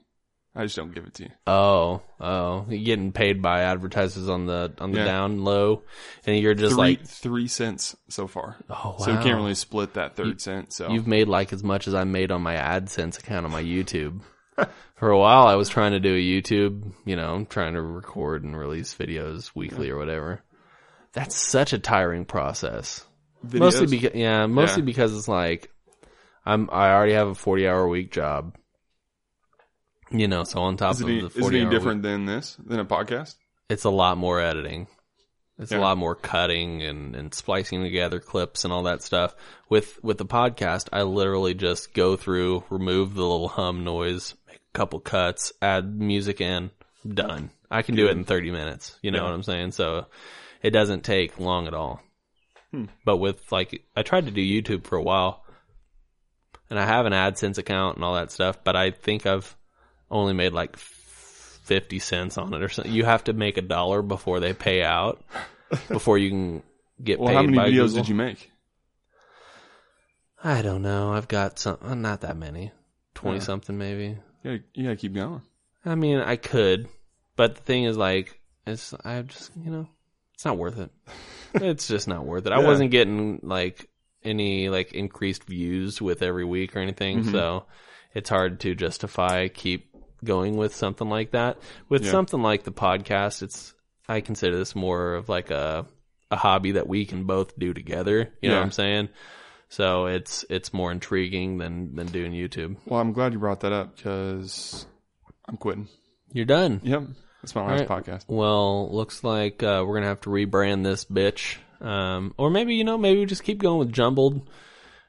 [SPEAKER 2] I just don't give it to you.
[SPEAKER 1] Oh, oh, you're getting paid by advertisers on the on the
[SPEAKER 2] Yeah.
[SPEAKER 1] down low, and you're just
[SPEAKER 2] Three
[SPEAKER 1] like
[SPEAKER 2] three cents so far.
[SPEAKER 1] Oh,
[SPEAKER 2] So we
[SPEAKER 1] wow.
[SPEAKER 2] can't really split that third cent. So
[SPEAKER 1] you've made like as much as I made on my AdSense account on my
[SPEAKER 2] *laughs*
[SPEAKER 1] YouTube. For a while, I was trying to do a YouTube, you know, I'm trying to record and release videos weekly or whatever. That's such a tiring process. Mostly
[SPEAKER 2] Videos-
[SPEAKER 1] because yeah, mostly
[SPEAKER 2] Yeah.
[SPEAKER 1] because it's like I'm I already have a 40 hour week job. You know, so on top
[SPEAKER 2] Is
[SPEAKER 1] of
[SPEAKER 2] it any,
[SPEAKER 1] the
[SPEAKER 2] is
[SPEAKER 1] 40
[SPEAKER 2] it any
[SPEAKER 1] hour
[SPEAKER 2] different than this than a podcast?
[SPEAKER 1] it's a lot more editing. It's
[SPEAKER 2] Yeah.
[SPEAKER 1] a lot more cutting and, and splicing together clips and all that stuff. With with the podcast, I literally just go through, remove the little hum noise, make a couple cuts, add music in, done. I can do it in 30 minutes. You know what I'm saying? So it doesn't take long at all.
[SPEAKER 2] Hmm.
[SPEAKER 1] But with like, I tried to do YouTube for a while and I have an AdSense account and all that stuff, but I think I've only made like 50 cents on it or something. You have to make a dollar before they pay
[SPEAKER 2] *laughs*
[SPEAKER 1] out before you can get
[SPEAKER 2] Well,
[SPEAKER 1] paid
[SPEAKER 2] how many
[SPEAKER 1] by
[SPEAKER 2] videos
[SPEAKER 1] Google.
[SPEAKER 2] did you make?
[SPEAKER 1] I don't know. I've got some, uh, not that many, 20 something maybe.
[SPEAKER 2] You gotta, you gotta keep going.
[SPEAKER 1] I mean, I could, but the thing is like, it's, I just, you know, it's not
[SPEAKER 2] *laughs*
[SPEAKER 1] worth it. it's just not worth it. I
[SPEAKER 2] Yeah.
[SPEAKER 1] wasn't
[SPEAKER 2] Mm-hmm.
[SPEAKER 1] getting like any like increased views with every week or anything. So it's hard to justify keep going with something like that. With
[SPEAKER 2] Yeah.
[SPEAKER 1] something like the podcast, it's I consider this more of like a a hobby that we can both do together. You know
[SPEAKER 2] Yeah.
[SPEAKER 1] what I'm saying? So it's it's more intriguing than than doing YouTube.
[SPEAKER 2] Well, I'm glad you brought that up because I'm quitting.
[SPEAKER 1] You're done.
[SPEAKER 2] Yep, that's my last podcast.
[SPEAKER 1] Well, looks like uh, we're gonna have to rebrand this bitch. Um, or maybe you know, maybe we just keep going with jumbled.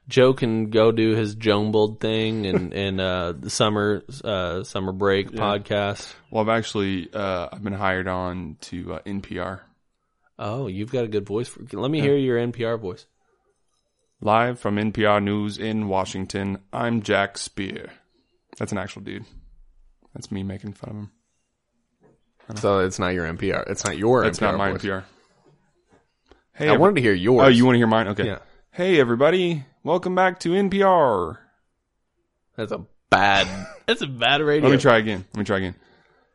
[SPEAKER 1] Joe can go do his jumbled thing and *laughs* and uh, the summer uh, summer break podcast.
[SPEAKER 2] Well, I've actually uh, I've been hired on to uh, NPR
[SPEAKER 1] Oh, you've got a good voice. For, let me hear your NPR voice.
[SPEAKER 2] live from NPR News in Washington. I'm Jack Spear. That's an actual dude. That's me making fun of him.
[SPEAKER 4] So it's not your NPR. It's not your.
[SPEAKER 2] That's
[SPEAKER 4] NPR
[SPEAKER 2] not my
[SPEAKER 4] voice.
[SPEAKER 2] NPR. Hey,
[SPEAKER 4] I
[SPEAKER 2] every-
[SPEAKER 4] wanted to hear yours.
[SPEAKER 2] Oh, you want to hear mine? Okay.
[SPEAKER 4] Yeah.
[SPEAKER 2] Hey, everybody. Welcome back to NPR.
[SPEAKER 1] That's a bad. *laughs* that's a bad radio.
[SPEAKER 2] Let me try again. Let me try again.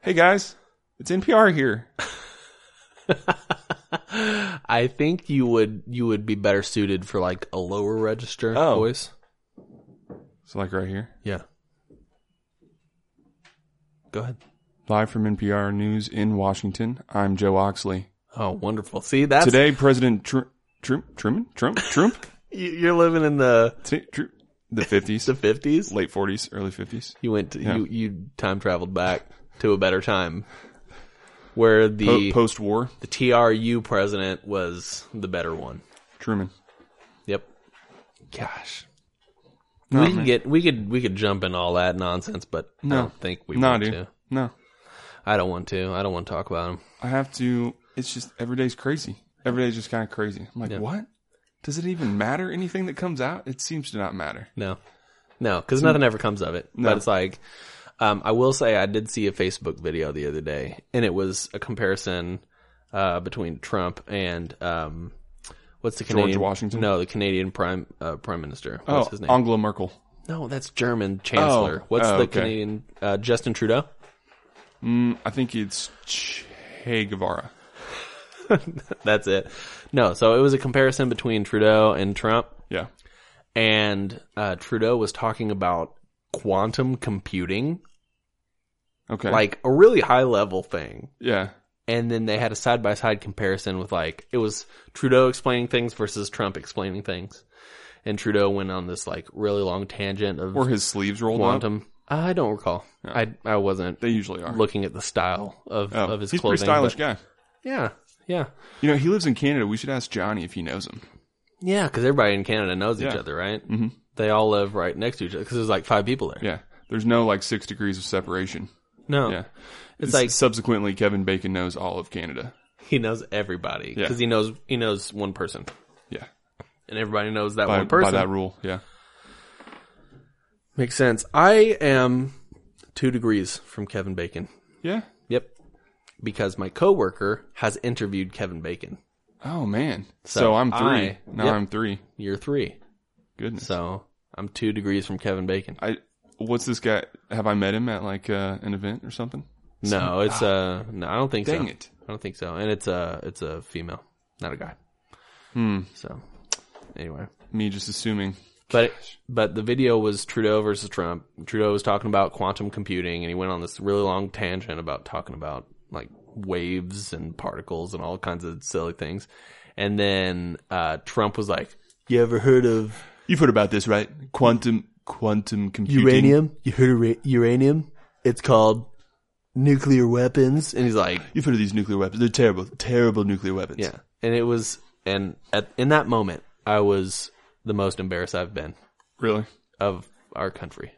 [SPEAKER 2] Hey, guys. It's NPR here.
[SPEAKER 1] *laughs* I think you would you would be better suited for like a lower register
[SPEAKER 2] Oh.
[SPEAKER 1] voice.
[SPEAKER 2] So, like right here.
[SPEAKER 1] Yeah. Go ahead.
[SPEAKER 2] Live from NPR News in Washington. I'm Joe Oxley.
[SPEAKER 1] Oh, wonderful. See, that's
[SPEAKER 2] Today, President Tru- Trump, Truman, Trump, Trump, *laughs*
[SPEAKER 1] You- You're living in the
[SPEAKER 2] T- Tru- the 50s,
[SPEAKER 1] the fifties.
[SPEAKER 2] late 40s, early 50s.
[SPEAKER 1] You went to, you you time traveled back to a better time, where the
[SPEAKER 2] Po- Post war,
[SPEAKER 1] the TRU president was the better one.
[SPEAKER 2] Truman.
[SPEAKER 1] Yep. Gosh. we could get we could we could jump in all that nonsense, but I don't think we
[SPEAKER 2] Oh, No,
[SPEAKER 1] want
[SPEAKER 2] dude.
[SPEAKER 1] to.
[SPEAKER 2] No.
[SPEAKER 1] I don't want to. I don't want to talk about him.
[SPEAKER 2] I have to. It's just every day's crazy. Every day's just kind of crazy. I'm like, what? Does it even matter? Anything that comes out, it seems to not matter.
[SPEAKER 1] No, no, because nothing ever comes of it. But it's like, um, I will say I did see a Facebook video the other day, and it was a comparison uh, between Trump and um, what's the Canadian
[SPEAKER 2] Washington?
[SPEAKER 1] No, the Canadian prime uh, prime minister. What's
[SPEAKER 2] Oh,
[SPEAKER 1] his name?
[SPEAKER 2] Angela Merkel.
[SPEAKER 1] no, that's German chancellor.
[SPEAKER 2] Oh,
[SPEAKER 1] what's
[SPEAKER 2] oh,
[SPEAKER 1] the
[SPEAKER 2] okay.
[SPEAKER 1] Canadian uh, Justin Trudeau? *laughs*
[SPEAKER 2] I think it's Che Guevara.
[SPEAKER 1] That's it. No, so it was a comparison between Trudeau and Trump,
[SPEAKER 2] Yeah.
[SPEAKER 1] and uh, Trudeau was talking about quantum computing,
[SPEAKER 2] Okay.
[SPEAKER 1] like a really high level thing.
[SPEAKER 2] yeah.
[SPEAKER 1] and then they had a side by side comparison with like it was Trudeau explaining things versus Trump explaining things, and Trudeau went on this like really long tangent of
[SPEAKER 2] Or his sleeves rolled up.
[SPEAKER 1] quantum. I don't recall. I I wasn't
[SPEAKER 2] They usually are.
[SPEAKER 1] looking at the style of
[SPEAKER 2] Oh,
[SPEAKER 1] of his
[SPEAKER 2] he's a
[SPEAKER 1] clothing.
[SPEAKER 2] pretty stylish
[SPEAKER 1] but-
[SPEAKER 2] guy.
[SPEAKER 1] Yeah, yeah,
[SPEAKER 2] You know, he lives in Canada. We should ask Johnny if he knows him.
[SPEAKER 1] yeah. Because everybody in Canada knows each
[SPEAKER 2] Yeah.
[SPEAKER 1] other, right? Mm-hmm. They all live right next to each other because there's like five people there.
[SPEAKER 2] Yeah. There's no like six degrees of separation.
[SPEAKER 1] No,
[SPEAKER 2] Yeah.
[SPEAKER 1] it's like
[SPEAKER 2] subsequently, Kevin Bacon knows all of Canada.
[SPEAKER 1] he knows everybody
[SPEAKER 2] Yeah.
[SPEAKER 1] because he knows he knows one person,
[SPEAKER 2] Yeah.
[SPEAKER 1] and everybody knows that
[SPEAKER 2] By,
[SPEAKER 1] one person.
[SPEAKER 2] by that rule. Yeah.
[SPEAKER 1] Makes sense. I am two degrees from Kevin Bacon.
[SPEAKER 2] Yeah.
[SPEAKER 1] Yep. Because my coworker has interviewed Kevin Bacon.
[SPEAKER 2] Oh man. So,
[SPEAKER 1] So
[SPEAKER 2] I'm three.
[SPEAKER 1] I-
[SPEAKER 2] now
[SPEAKER 1] yep.
[SPEAKER 2] I'm three.
[SPEAKER 1] Year three.
[SPEAKER 2] Goodness.
[SPEAKER 1] So I'm two degrees from Kevin Bacon.
[SPEAKER 2] I what's this guy? Have I met him at like uh, an event or something?
[SPEAKER 1] No, it's uh no, I don't think so.
[SPEAKER 2] Dang it.
[SPEAKER 1] I don't think so. And it's a it's a female, not a guy. Hmm. So anyway.
[SPEAKER 2] Me just assuming.
[SPEAKER 1] But but the video was Trudeau versus Trump. Trudeau was talking about quantum computing, and he went on this really long tangent about talking about like waves and particles and all kinds of silly things. And then uh, Trump was like, "You ever heard of
[SPEAKER 2] You've heard about this, right? Quantum quantum computing.
[SPEAKER 1] uranium? You heard of ra- uranium? It's called nuclear weapons." And he's like,
[SPEAKER 2] You've heard of these nuclear weapons. They're terrible, terrible nuclear weapons.
[SPEAKER 1] "Yeah." And it was, and at, in that moment, I was the most embarrassed I've been.
[SPEAKER 2] Really?
[SPEAKER 1] of our country.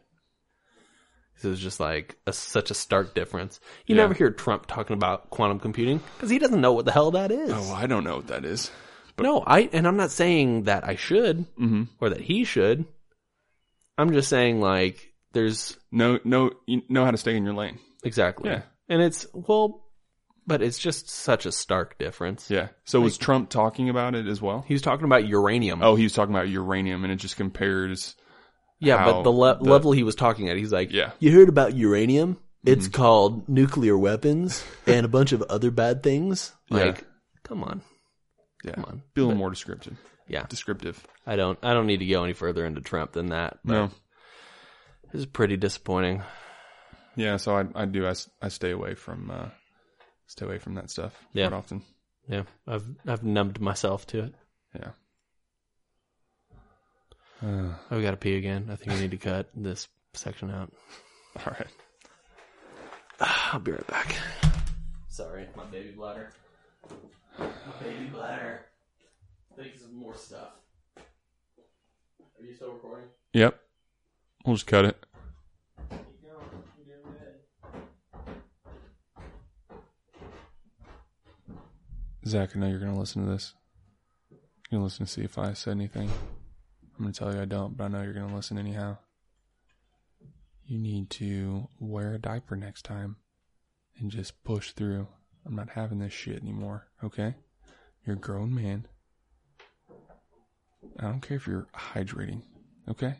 [SPEAKER 1] This is just like a, such a stark difference. You
[SPEAKER 2] Yeah.
[SPEAKER 1] never hear Trump talking about quantum computing because he doesn't know what the hell that is.
[SPEAKER 2] Oh, I don't know what that is.
[SPEAKER 1] no, I and I'm not saying that I should
[SPEAKER 2] Mm-hmm.
[SPEAKER 1] or that he should. I'm just saying like there's
[SPEAKER 2] No, no, you know how to stay in your lane.
[SPEAKER 1] exactly,
[SPEAKER 2] Yeah.
[SPEAKER 1] and it's well, but it's just such a stark difference.
[SPEAKER 2] Yeah. So was Trump talking about it as well?
[SPEAKER 1] He was talking about uranium.
[SPEAKER 2] Oh, he was talking about uranium, and it just compares.
[SPEAKER 1] Yeah,
[SPEAKER 2] how
[SPEAKER 1] but the, le-
[SPEAKER 2] the-
[SPEAKER 1] level he was talking at, he's like, Mm-hmm.
[SPEAKER 2] Yeah.
[SPEAKER 1] you heard about uranium? It's called nuclear weapons and a bunch of other bad things. Like,
[SPEAKER 2] Yeah.
[SPEAKER 1] come on.
[SPEAKER 2] Yeah,
[SPEAKER 1] on.
[SPEAKER 2] be a little more descriptive.
[SPEAKER 1] Yeah.
[SPEAKER 2] Descriptive.
[SPEAKER 1] I don't I don't need to go any further into Trump than that. But
[SPEAKER 2] No,
[SPEAKER 1] This is pretty disappointing.
[SPEAKER 2] Yeah, so I I do I, s- I stay away from uh stay away from that stuff
[SPEAKER 1] Yeah.
[SPEAKER 2] quite often.
[SPEAKER 1] Yeah, I've I've numbed myself to it. *laughs*
[SPEAKER 2] Yeah.
[SPEAKER 1] I've got to Oh, pee again. I think we need to cut this section out.
[SPEAKER 2] All right.
[SPEAKER 1] I'll be right back. Sorry, my baby bladder. My baby bladder. I think some more stuff. Are you still recording?
[SPEAKER 2] Yep. We'll just cut it. Zach, I know you're gonna listen to this. You're gonna listen to see if I said anything. I'm gonna tell you I don't, but I know you're gonna listen anyhow. You need to wear a diaper next time and just push through. I'm not having this shit anymore, okay? You're a grown man. I don't care if you're hydrating, okay?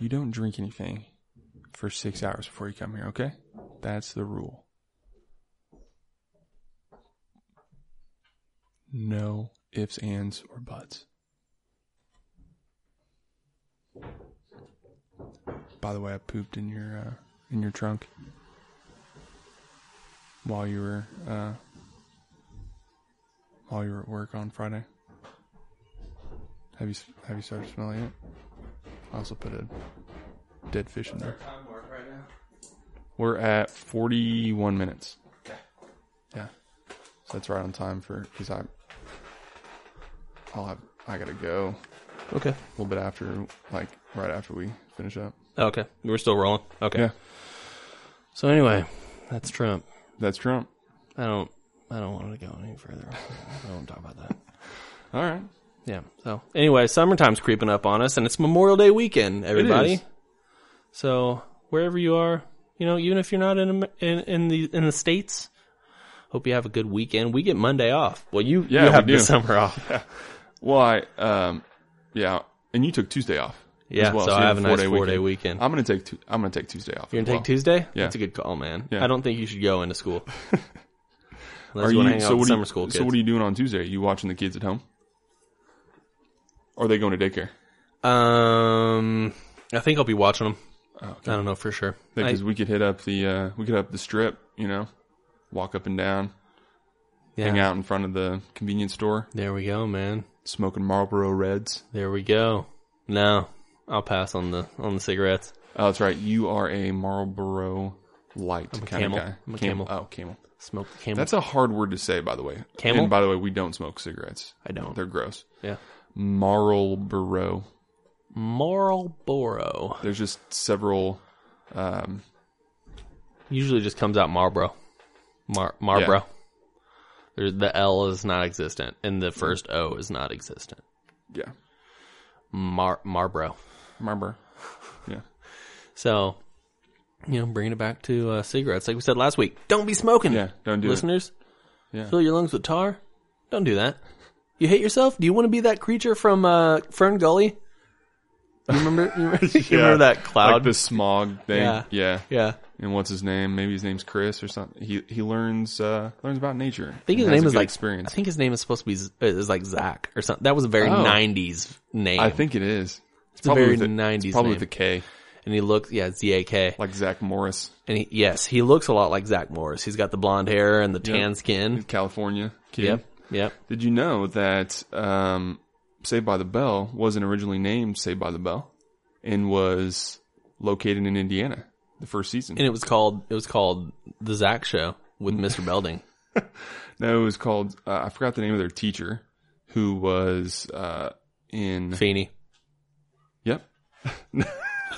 [SPEAKER 2] You don't drink anything for six hours before you come here, okay? That's the rule. No ifs, ands, or buts. By the way, I pooped in your uh, in your trunk while you were uh, while you were at work on Friday. Have you have you started smelling it? I also put a dead fish in there.
[SPEAKER 1] Time mark right now.
[SPEAKER 2] We're at 41 minutes. Yeah. So that's right on time for because I I'll have I gotta go
[SPEAKER 1] Okay.
[SPEAKER 2] a little bit after like right after we finish up.
[SPEAKER 1] Okay. We're still rolling. Okay.
[SPEAKER 2] Yeah.
[SPEAKER 1] So anyway, that's Trump.
[SPEAKER 2] That's Trump.
[SPEAKER 1] I don't. I don't want to go any further. I don't want to talk about that.
[SPEAKER 2] All right.
[SPEAKER 1] Yeah. So anyway, summertime's creeping up on us, and it's Memorial Day weekend, everybody.
[SPEAKER 2] is.
[SPEAKER 1] So wherever you are, you know, even if you're not in Am- in, in the in the states, hope you have a good weekend. We get Monday off. Well, you
[SPEAKER 2] Yeah,
[SPEAKER 1] you
[SPEAKER 2] we
[SPEAKER 1] have
[SPEAKER 2] do.
[SPEAKER 1] the summer
[SPEAKER 2] *laughs*
[SPEAKER 1] off.
[SPEAKER 2] Well, I um yeah, and you took Tuesday off.
[SPEAKER 1] Yeah.
[SPEAKER 2] as well,
[SPEAKER 1] so, I
[SPEAKER 2] you
[SPEAKER 1] have a nice
[SPEAKER 2] four-day
[SPEAKER 1] four day weekend.
[SPEAKER 2] I'm gonna take tu- I'm gonna take Tuesday off.
[SPEAKER 1] You're
[SPEAKER 2] as
[SPEAKER 1] gonna
[SPEAKER 2] well.
[SPEAKER 1] take Tuesday?
[SPEAKER 2] Yeah.
[SPEAKER 1] That's a good call, man.
[SPEAKER 2] Yeah.
[SPEAKER 1] I don't think you should go into
[SPEAKER 2] *laughs*
[SPEAKER 1] school. Unless
[SPEAKER 2] Are
[SPEAKER 1] you,
[SPEAKER 2] you,
[SPEAKER 1] want to hang out
[SPEAKER 2] so
[SPEAKER 1] with
[SPEAKER 2] what
[SPEAKER 1] summer
[SPEAKER 2] are you,
[SPEAKER 1] school kids.
[SPEAKER 2] So what are you doing on Tuesday? Are you watching the kids at home? Or are they going to daycare?
[SPEAKER 1] um, I think I'll be watching them.
[SPEAKER 2] Oh, okay.
[SPEAKER 1] I don't know for sure. I-
[SPEAKER 2] because we could hit up the uh, we could hit up the strip, you know, walk up and down,
[SPEAKER 1] yeah.
[SPEAKER 2] hang out in front of the convenience store,
[SPEAKER 1] There we go, man.
[SPEAKER 2] smoking Marlboro Reds.
[SPEAKER 1] There we go. No, I'll pass on the on the cigarettes.
[SPEAKER 2] Oh, that's right. You are a Marlboro Light
[SPEAKER 1] a
[SPEAKER 2] kind
[SPEAKER 1] camel.
[SPEAKER 2] of guy.
[SPEAKER 1] I'm a
[SPEAKER 2] Cam-
[SPEAKER 1] camel.
[SPEAKER 2] Oh, camel.
[SPEAKER 1] Smoke the camel.
[SPEAKER 2] That's a hard word to say, by the way.
[SPEAKER 1] Camel?
[SPEAKER 2] And by the way, we don't smoke cigarettes.
[SPEAKER 1] I don't.
[SPEAKER 2] They're gross.
[SPEAKER 1] yeah.
[SPEAKER 2] Marlboro.
[SPEAKER 1] Marlboro
[SPEAKER 2] There's just several. Um,
[SPEAKER 1] usually just comes out Marlboro. Mar- Marlboro.
[SPEAKER 2] Yeah.
[SPEAKER 1] There's the L is not existent and
[SPEAKER 2] Mm.
[SPEAKER 1] the first O is not existent.
[SPEAKER 2] yeah,
[SPEAKER 1] Mar Marlboro.
[SPEAKER 2] Marlboro. Yeah.
[SPEAKER 1] So, you know, bringing it back to uh, cigarettes, like we said last week, don't be smoking.
[SPEAKER 2] Yeah, don't do it.
[SPEAKER 1] listeners.
[SPEAKER 2] Yeah.
[SPEAKER 1] Fill your lungs with tar. Don't do that. You hate yourself? Do you want to be that creature from uh, Fern Gully? You remember? You remember, *laughs* you remember that cloud?
[SPEAKER 2] Like the smog thing.
[SPEAKER 1] Yeah.
[SPEAKER 2] yeah.
[SPEAKER 1] yeah.
[SPEAKER 2] and what's his name? Maybe his name's Chris or something. He he learns uh learns about nature.
[SPEAKER 1] I think his
[SPEAKER 2] and has
[SPEAKER 1] name
[SPEAKER 2] a
[SPEAKER 1] is
[SPEAKER 2] good
[SPEAKER 1] like.
[SPEAKER 2] experience.
[SPEAKER 1] I think his name is supposed to be Z- uh, is like Zach or something. That was a very
[SPEAKER 2] Oh.
[SPEAKER 1] '90s name.
[SPEAKER 2] I think it is. It's,
[SPEAKER 1] a very
[SPEAKER 2] with a-
[SPEAKER 1] 90s
[SPEAKER 2] It's probably
[SPEAKER 1] name.
[SPEAKER 2] with a K,
[SPEAKER 1] and he looks, yeah, Z A K.
[SPEAKER 2] like Zach Morris,
[SPEAKER 1] And he, yes, he looks a lot like Zach Morris. He's got the blonde hair and the tan skin.
[SPEAKER 2] California kid.
[SPEAKER 1] Yep, yep.
[SPEAKER 2] Did you know that um Saved by the Bell wasn't originally named Saved by the Bell, and was located in Indiana the first season?
[SPEAKER 1] And it was called it was called the Zach Show with Mr.
[SPEAKER 2] *laughs*
[SPEAKER 1] Belding.
[SPEAKER 2] no, it was called. Uh, I forgot the name of their teacher, who was uh in.
[SPEAKER 1] Feeney.
[SPEAKER 2] Yep. *laughs*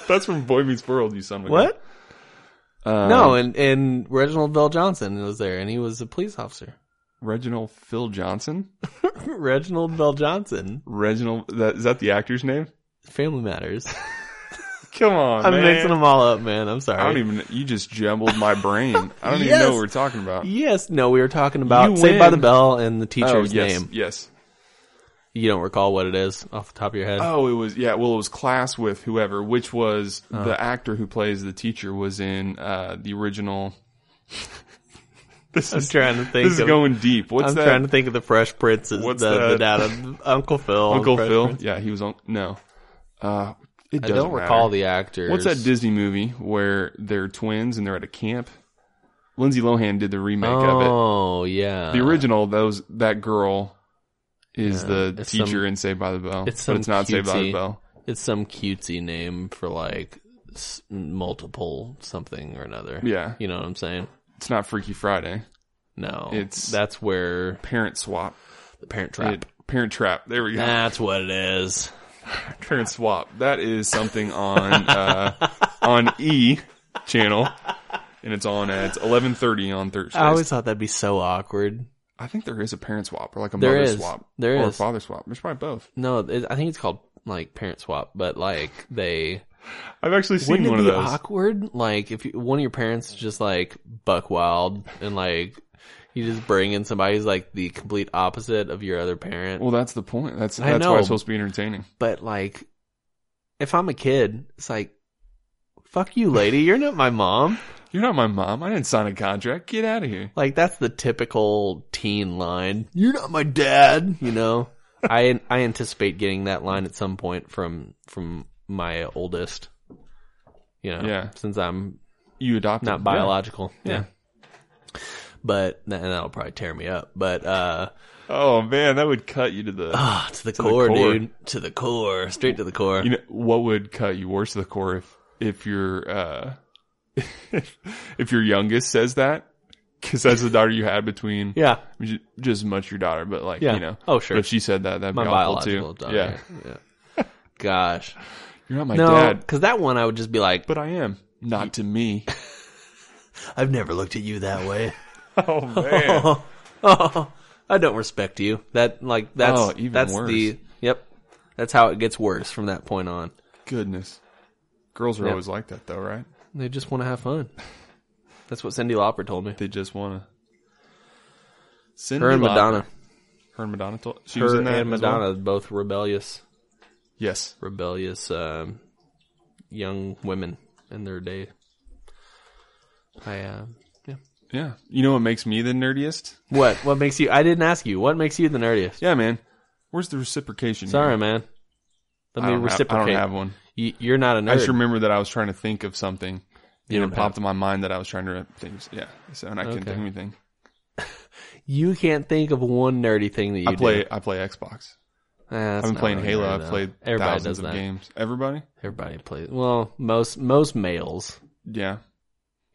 [SPEAKER 2] That's from Boy Meets World, you son of a gun. Um,
[SPEAKER 1] What?
[SPEAKER 2] Uh,
[SPEAKER 1] no, and and Reginald Bell Johnson was there, and he was a police officer.
[SPEAKER 2] Reginald Phil Johnson.
[SPEAKER 1] *laughs* Reginald Bell Johnson,
[SPEAKER 2] Reginald, that, is that the actor's name?
[SPEAKER 1] Family Matters.
[SPEAKER 2] Come
[SPEAKER 1] *laughs*
[SPEAKER 2] on,
[SPEAKER 1] I'm
[SPEAKER 2] man.
[SPEAKER 1] mixing them all up, man. I'm sorry.
[SPEAKER 2] I don't even. You just jumbled my brain. I don't even
[SPEAKER 1] Yes.
[SPEAKER 2] know what we're talking about.
[SPEAKER 1] Yes, no, we were talking about
[SPEAKER 2] You
[SPEAKER 1] Saved by
[SPEAKER 2] win.
[SPEAKER 1] the Bell and the teacher's
[SPEAKER 2] Oh, yes,
[SPEAKER 1] name.
[SPEAKER 2] yes.
[SPEAKER 1] You don't recall what it is off the top of your head.
[SPEAKER 2] Oh, it was yeah. Well, it was class with whoever, which was
[SPEAKER 1] Uh-huh.
[SPEAKER 2] the actor who plays the teacher was in uh, the original. *laughs* this
[SPEAKER 1] I'm
[SPEAKER 2] is
[SPEAKER 1] trying to think.
[SPEAKER 2] this is
[SPEAKER 1] of,
[SPEAKER 2] going deep. What's
[SPEAKER 1] I'm
[SPEAKER 2] that?
[SPEAKER 1] trying to think of the Fresh Prince. Is
[SPEAKER 2] What's
[SPEAKER 1] the, the
[SPEAKER 2] *laughs* that?
[SPEAKER 1] dad of Uncle Phil.
[SPEAKER 2] Uncle
[SPEAKER 1] Fresh
[SPEAKER 2] Phil.
[SPEAKER 1] Prince.
[SPEAKER 2] Yeah, he was on. No, uh, It
[SPEAKER 1] I
[SPEAKER 2] doesn't
[SPEAKER 1] don't recall
[SPEAKER 2] matter.
[SPEAKER 1] the actors.
[SPEAKER 2] What's that Disney movie where they're twins and they're at a camp? Lindsay Lohan did the remake of
[SPEAKER 1] Oh yeah,
[SPEAKER 2] it. The original, those that girl is the
[SPEAKER 1] it's
[SPEAKER 2] teacher
[SPEAKER 1] some-
[SPEAKER 2] in Saved by the Bell,
[SPEAKER 1] it's
[SPEAKER 2] but
[SPEAKER 1] some
[SPEAKER 2] it's not Saved by the
[SPEAKER 1] cutesy-
[SPEAKER 2] Bell.
[SPEAKER 1] It's some cutesy name for like s- multiple something or another.
[SPEAKER 2] Yeah.
[SPEAKER 1] you know what I'm saying?
[SPEAKER 2] It's not Freaky Friday.
[SPEAKER 1] No,
[SPEAKER 2] It's-
[SPEAKER 1] that's where
[SPEAKER 2] Parent Swap.
[SPEAKER 1] the Parent Trap.
[SPEAKER 2] It- Parent Trap. There we go.
[SPEAKER 1] that's what it is.
[SPEAKER 2] Parent Swap. That is something on uh, on E channel, and it's on uh, it's eleven thirty on Thursday.
[SPEAKER 1] I always thought that'd be so awkward.
[SPEAKER 2] I think there is a parent swap or like a
[SPEAKER 1] There
[SPEAKER 2] mother
[SPEAKER 1] is.
[SPEAKER 2] swap
[SPEAKER 1] There
[SPEAKER 2] or a
[SPEAKER 1] is.
[SPEAKER 2] father swap. There's probably both.
[SPEAKER 1] No, it, I think it's called like Parent Swap, but like they
[SPEAKER 2] I've actually seen
[SPEAKER 1] wouldn't it
[SPEAKER 2] one of
[SPEAKER 1] be
[SPEAKER 2] those.
[SPEAKER 1] awkward? Like if you, one of your parents just like buck wild and like you just bring in somebody who's like the complete opposite of your other parent.
[SPEAKER 2] Well, that's the point. That's
[SPEAKER 1] I
[SPEAKER 2] that's why
[SPEAKER 1] know.
[SPEAKER 2] it's supposed to be entertaining.
[SPEAKER 1] but like if I'm a kid, it's like fuck you, lady, you're not my mom.
[SPEAKER 2] You're not my mom. I didn't sign a contract. Get out of here.
[SPEAKER 1] Like that's the typical teen line. You're not my dad, you
[SPEAKER 2] *laughs*
[SPEAKER 1] know. I I anticipate getting that line at some point from from my oldest. You know,
[SPEAKER 2] Yeah.
[SPEAKER 1] since I'm
[SPEAKER 2] You adopted.
[SPEAKER 1] not
[SPEAKER 2] Yeah.
[SPEAKER 1] biological.
[SPEAKER 2] Yeah.
[SPEAKER 1] But and that'll probably tear me up. But uh *sighs*
[SPEAKER 2] Oh man, that would cut you to the.
[SPEAKER 1] ah, to the core,
[SPEAKER 2] core.
[SPEAKER 1] dude. To the core. Straight to the core.
[SPEAKER 2] you know what would cut you worse to the core if if your uh *laughs* if your youngest says that because that's the daughter you had between
[SPEAKER 1] yeah.
[SPEAKER 2] ju- just as much your daughter, but like
[SPEAKER 1] Yeah.
[SPEAKER 2] you know.
[SPEAKER 1] Oh, sure.
[SPEAKER 2] But if she said that that'd
[SPEAKER 1] My
[SPEAKER 2] be awful
[SPEAKER 1] biological
[SPEAKER 2] too.
[SPEAKER 1] daughter.
[SPEAKER 2] Yeah.
[SPEAKER 1] yeah. *laughs* Gosh.
[SPEAKER 2] You're not my
[SPEAKER 1] No,
[SPEAKER 2] dad,
[SPEAKER 1] because that one I would just be like,
[SPEAKER 2] but I am. Not to me.
[SPEAKER 1] I've never looked at you that way.
[SPEAKER 2] *laughs* Oh
[SPEAKER 1] *laughs*
[SPEAKER 2] man.
[SPEAKER 1] oh, oh, I don't respect you. That like that's
[SPEAKER 2] Oh, even
[SPEAKER 1] that's
[SPEAKER 2] worse.
[SPEAKER 1] the yep. That's how it gets worse from that point on.
[SPEAKER 2] Goodness. Girls are
[SPEAKER 1] Yeah.
[SPEAKER 2] always like that though, right?
[SPEAKER 1] They just want to have fun. That's what Cindy Lauper told me.
[SPEAKER 2] They just wanna Cindy
[SPEAKER 1] Her and
[SPEAKER 2] Lauper-
[SPEAKER 1] Madonna.
[SPEAKER 2] Her and Madonna told she was
[SPEAKER 1] Her
[SPEAKER 2] in that
[SPEAKER 1] and
[SPEAKER 2] as well?
[SPEAKER 1] Madonna both rebellious,
[SPEAKER 2] Yes.
[SPEAKER 1] rebellious um, young women in their day. I uh, yeah.
[SPEAKER 2] Yeah. You know what makes me the nerdiest?
[SPEAKER 1] What what makes you? I didn't ask you. What makes you the nerdiest?
[SPEAKER 2] Yeah, man. Where's the reciprocation?
[SPEAKER 1] Sorry,
[SPEAKER 2] here?
[SPEAKER 1] man. Let
[SPEAKER 2] I
[SPEAKER 1] me
[SPEAKER 2] don't have-
[SPEAKER 1] reciprocate.
[SPEAKER 2] I don't have one.
[SPEAKER 1] You, you're not a nerd.
[SPEAKER 2] I just remember that I was trying to think of something,
[SPEAKER 1] You
[SPEAKER 2] and
[SPEAKER 1] don't
[SPEAKER 2] it popped in my mind that I was trying to think. Yeah, so and I couldn't
[SPEAKER 1] Okay.
[SPEAKER 2] think of anything.
[SPEAKER 1] You can't think of one nerdy thing that you
[SPEAKER 2] I play.
[SPEAKER 1] do.
[SPEAKER 2] I play Xbox.
[SPEAKER 1] Eh, that's
[SPEAKER 2] I've been
[SPEAKER 1] not
[SPEAKER 2] playing
[SPEAKER 1] really
[SPEAKER 2] Halo.
[SPEAKER 1] nerdy,
[SPEAKER 2] I've
[SPEAKER 1] though.
[SPEAKER 2] played
[SPEAKER 1] Everybody
[SPEAKER 2] thousands
[SPEAKER 1] does
[SPEAKER 2] of
[SPEAKER 1] that.
[SPEAKER 2] games. Everybody.
[SPEAKER 1] Everybody plays. Well, most most males,
[SPEAKER 2] Yeah.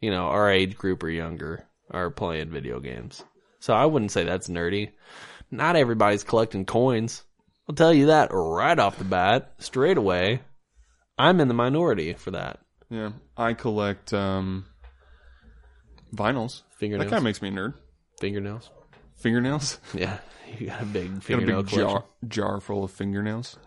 [SPEAKER 1] you know, our age group or younger, are playing video games. So I wouldn't say that's nerdy. Not everybody's collecting coins. I'll tell you that right off the bat, straight away. I'm in the minority for that.
[SPEAKER 2] Yeah. I collect um, vinyls.
[SPEAKER 1] Fingernails.
[SPEAKER 2] That kind of makes me a nerd.
[SPEAKER 1] Fingernails.
[SPEAKER 2] Fingernails. *laughs*
[SPEAKER 1] Yeah, *laughs* you got a big
[SPEAKER 2] Got a
[SPEAKER 1] fingernail
[SPEAKER 2] big
[SPEAKER 1] collection.
[SPEAKER 2] jar, jar full of fingernails.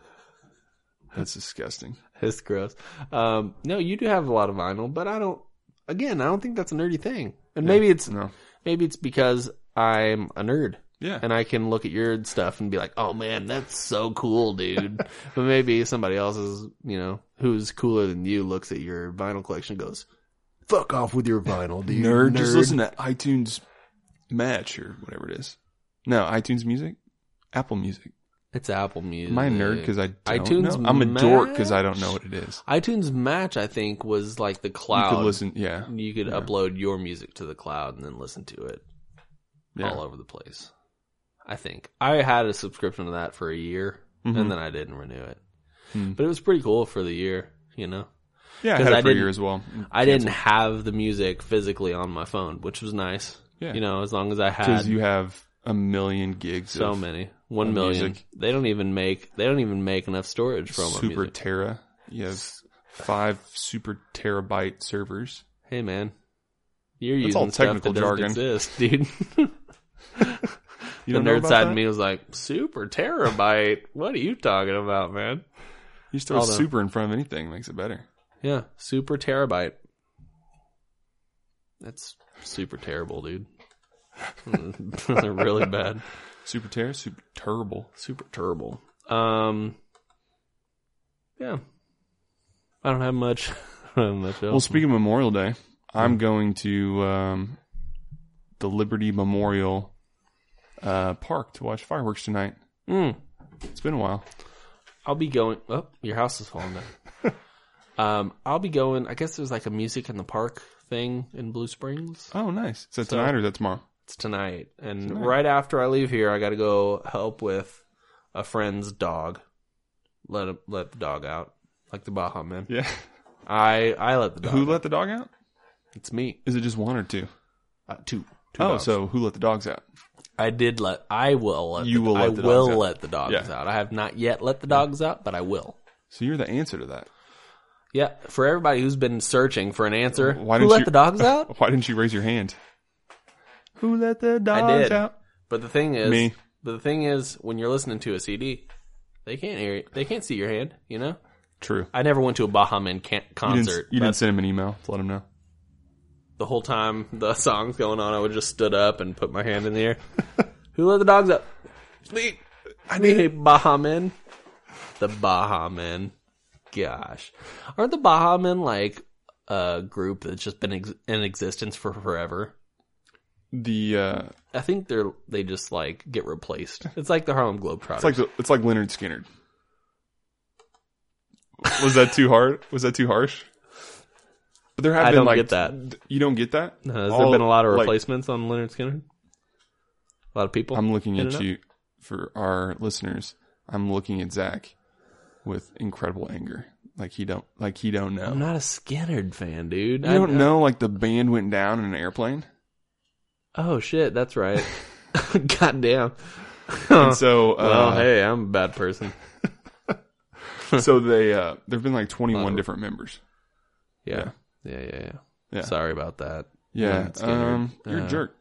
[SPEAKER 2] That's disgusting.
[SPEAKER 1] *laughs* That's gross. Um, no, you do have a lot of vinyl, but I don't. Again, I don't think that's a nerdy thing. And maybe it's
[SPEAKER 2] No.
[SPEAKER 1] maybe it's because I'm a nerd
[SPEAKER 2] Yeah.
[SPEAKER 1] and I can look at your stuff and be like, "Oh man, that's so cool,
[SPEAKER 2] *laughs*
[SPEAKER 1] dude." but maybe somebody else is, you know, who's cooler than you looks at your vinyl collection and goes, "Fuck off with your vinyl, dude."
[SPEAKER 2] nerd. Just listen to iTunes Match or whatever it is. No, iTunes Music, Apple Music.
[SPEAKER 1] It's Apple Music.
[SPEAKER 2] Am I a nerd because I don't
[SPEAKER 1] iTunes
[SPEAKER 2] know? I'm a dork because I
[SPEAKER 1] Match?
[SPEAKER 2] don't know what it is.
[SPEAKER 1] iTunes Match, I think, was like the
[SPEAKER 2] You
[SPEAKER 1] cloud.
[SPEAKER 2] could listen, yeah,
[SPEAKER 1] You could upload your music to the cloud and then listen to it
[SPEAKER 2] yeah.
[SPEAKER 1] all over the place. I think I had a subscription to that for a year, and then I didn't renew it.
[SPEAKER 2] Mm-hmm. Hmm.
[SPEAKER 1] But it was pretty cool for the year, you know.
[SPEAKER 2] yeah. I
[SPEAKER 1] 'cause
[SPEAKER 2] had
[SPEAKER 1] I
[SPEAKER 2] it for a
[SPEAKER 1] didn't-
[SPEAKER 2] year as well.
[SPEAKER 1] I didn't have the music physically on my phone, which was nice.
[SPEAKER 2] Yeah.
[SPEAKER 1] You know, as long as I had
[SPEAKER 2] because you have a million gigs
[SPEAKER 1] so
[SPEAKER 2] of
[SPEAKER 1] many, one million.
[SPEAKER 2] music.
[SPEAKER 1] They don't even make they don't even make enough storage for all my
[SPEAKER 2] super
[SPEAKER 1] music.
[SPEAKER 2] tera. You have five super terabyte servers.
[SPEAKER 1] hey man, you're
[SPEAKER 2] That's
[SPEAKER 1] using
[SPEAKER 2] all
[SPEAKER 1] technical
[SPEAKER 2] technical
[SPEAKER 1] stuff that
[SPEAKER 2] jargon.
[SPEAKER 1] doesn't exist, dude.
[SPEAKER 2] *laughs*
[SPEAKER 1] the
[SPEAKER 2] You don't know
[SPEAKER 1] nerd
[SPEAKER 2] about
[SPEAKER 1] side
[SPEAKER 2] that?
[SPEAKER 1] of me was like, super terabyte. what are you talking about, man?
[SPEAKER 2] You just throw
[SPEAKER 1] Although-
[SPEAKER 2] super in front of anything makes it better.
[SPEAKER 1] Yeah, super terabyte. That's super terrible, dude. *laughs* They're really bad.
[SPEAKER 2] Super tera, super terrible.
[SPEAKER 1] Super terrible. Um, yeah. I don't have much. *laughs* I don't have much
[SPEAKER 2] Well,
[SPEAKER 1] else.
[SPEAKER 2] speaking of Memorial Day, I'm going to um, the Liberty Memorial uh, Park to watch fireworks tonight.
[SPEAKER 1] Mm,
[SPEAKER 2] It's been a while.
[SPEAKER 1] I'll be going. Oh, your house is falling down. Um, I'll be going. I guess there's like a music in the park thing in Blue Springs.
[SPEAKER 2] Oh, nice. So, tonight or is that tomorrow?
[SPEAKER 1] It's tonight, and right after I leave here, I got to go help with a friend's dog. Let him, let the dog out, like the Baja Man.
[SPEAKER 2] Yeah.
[SPEAKER 1] I I let the dog.
[SPEAKER 2] *laughs* Who
[SPEAKER 1] out.
[SPEAKER 2] let the dog out?
[SPEAKER 1] It's me.
[SPEAKER 2] Is it just one or two?
[SPEAKER 1] Uh, two. two
[SPEAKER 2] Oh,
[SPEAKER 1] dogs.
[SPEAKER 2] so who let the dogs out?
[SPEAKER 1] I did let. I will let.
[SPEAKER 2] You
[SPEAKER 1] the,
[SPEAKER 2] will let
[SPEAKER 1] I
[SPEAKER 2] the dogs
[SPEAKER 1] will
[SPEAKER 2] out.
[SPEAKER 1] let the dogs
[SPEAKER 2] Yeah.
[SPEAKER 1] out. I have not yet let the dogs out, but I will.
[SPEAKER 2] So you're the answer to that.
[SPEAKER 1] Yeah, for everybody who's been searching for an answer,
[SPEAKER 2] Why
[SPEAKER 1] who
[SPEAKER 2] didn't
[SPEAKER 1] let
[SPEAKER 2] you-
[SPEAKER 1] the dogs
[SPEAKER 2] *laughs*
[SPEAKER 1] out?
[SPEAKER 2] Why didn't you raise your hand? Who let the dogs
[SPEAKER 1] did.
[SPEAKER 2] out?
[SPEAKER 1] But the thing is,
[SPEAKER 2] Me.
[SPEAKER 1] but the thing is, when you're listening to a CD, they can't hear, they can't see your hand. You know,
[SPEAKER 2] True.
[SPEAKER 1] I never went to a Baha Man can-
[SPEAKER 2] You
[SPEAKER 1] concert.
[SPEAKER 2] didn't, you
[SPEAKER 1] but
[SPEAKER 2] didn't send him an email to let him know.
[SPEAKER 1] the whole time the *laughs* song's going on, I would just stood up and put my hand in the air. *laughs* who let the dogs out? It's me. I need a Baha Man. The Baha Men. Gosh, aren't the Baha Men like a group that's just been ex- in existence for forever?
[SPEAKER 2] The uh,
[SPEAKER 1] I think they're they just like get replaced. It's like the Harlem Globetrotters.
[SPEAKER 2] it's like the, it's like Leonard Skinner. Was that too hard? Was that too harsh? But there have
[SPEAKER 1] I
[SPEAKER 2] been
[SPEAKER 1] don't
[SPEAKER 2] like
[SPEAKER 1] get that.
[SPEAKER 2] d- You don't get that.
[SPEAKER 1] Uh, Has
[SPEAKER 2] All-
[SPEAKER 1] there been a lot of
[SPEAKER 2] like,
[SPEAKER 1] replacements on Leonard Skinner? A lot of people.
[SPEAKER 2] I'm looking
[SPEAKER 1] in and
[SPEAKER 2] at
[SPEAKER 1] out?
[SPEAKER 2] you for our listeners. I'm looking at Zach with incredible anger, like he don't like he don't know.
[SPEAKER 1] I'm not a Skinner fan, dude.
[SPEAKER 2] you don't know like the band went down in an airplane.
[SPEAKER 1] Oh shit, that's
[SPEAKER 2] *laughs*
[SPEAKER 1] right. God *laughs* damn.
[SPEAKER 2] And so,
[SPEAKER 1] Well,
[SPEAKER 2] uh,
[SPEAKER 1] hey, I'm a bad person.
[SPEAKER 2] *laughs* so they uh, there've been like 21 different members.
[SPEAKER 1] Yeah. yeah, yeah, yeah,
[SPEAKER 2] Yeah.
[SPEAKER 1] Sorry about that.
[SPEAKER 2] Yeah,
[SPEAKER 1] Leonard Skinner.
[SPEAKER 2] um, you're a
[SPEAKER 1] Uh,
[SPEAKER 2] jerk.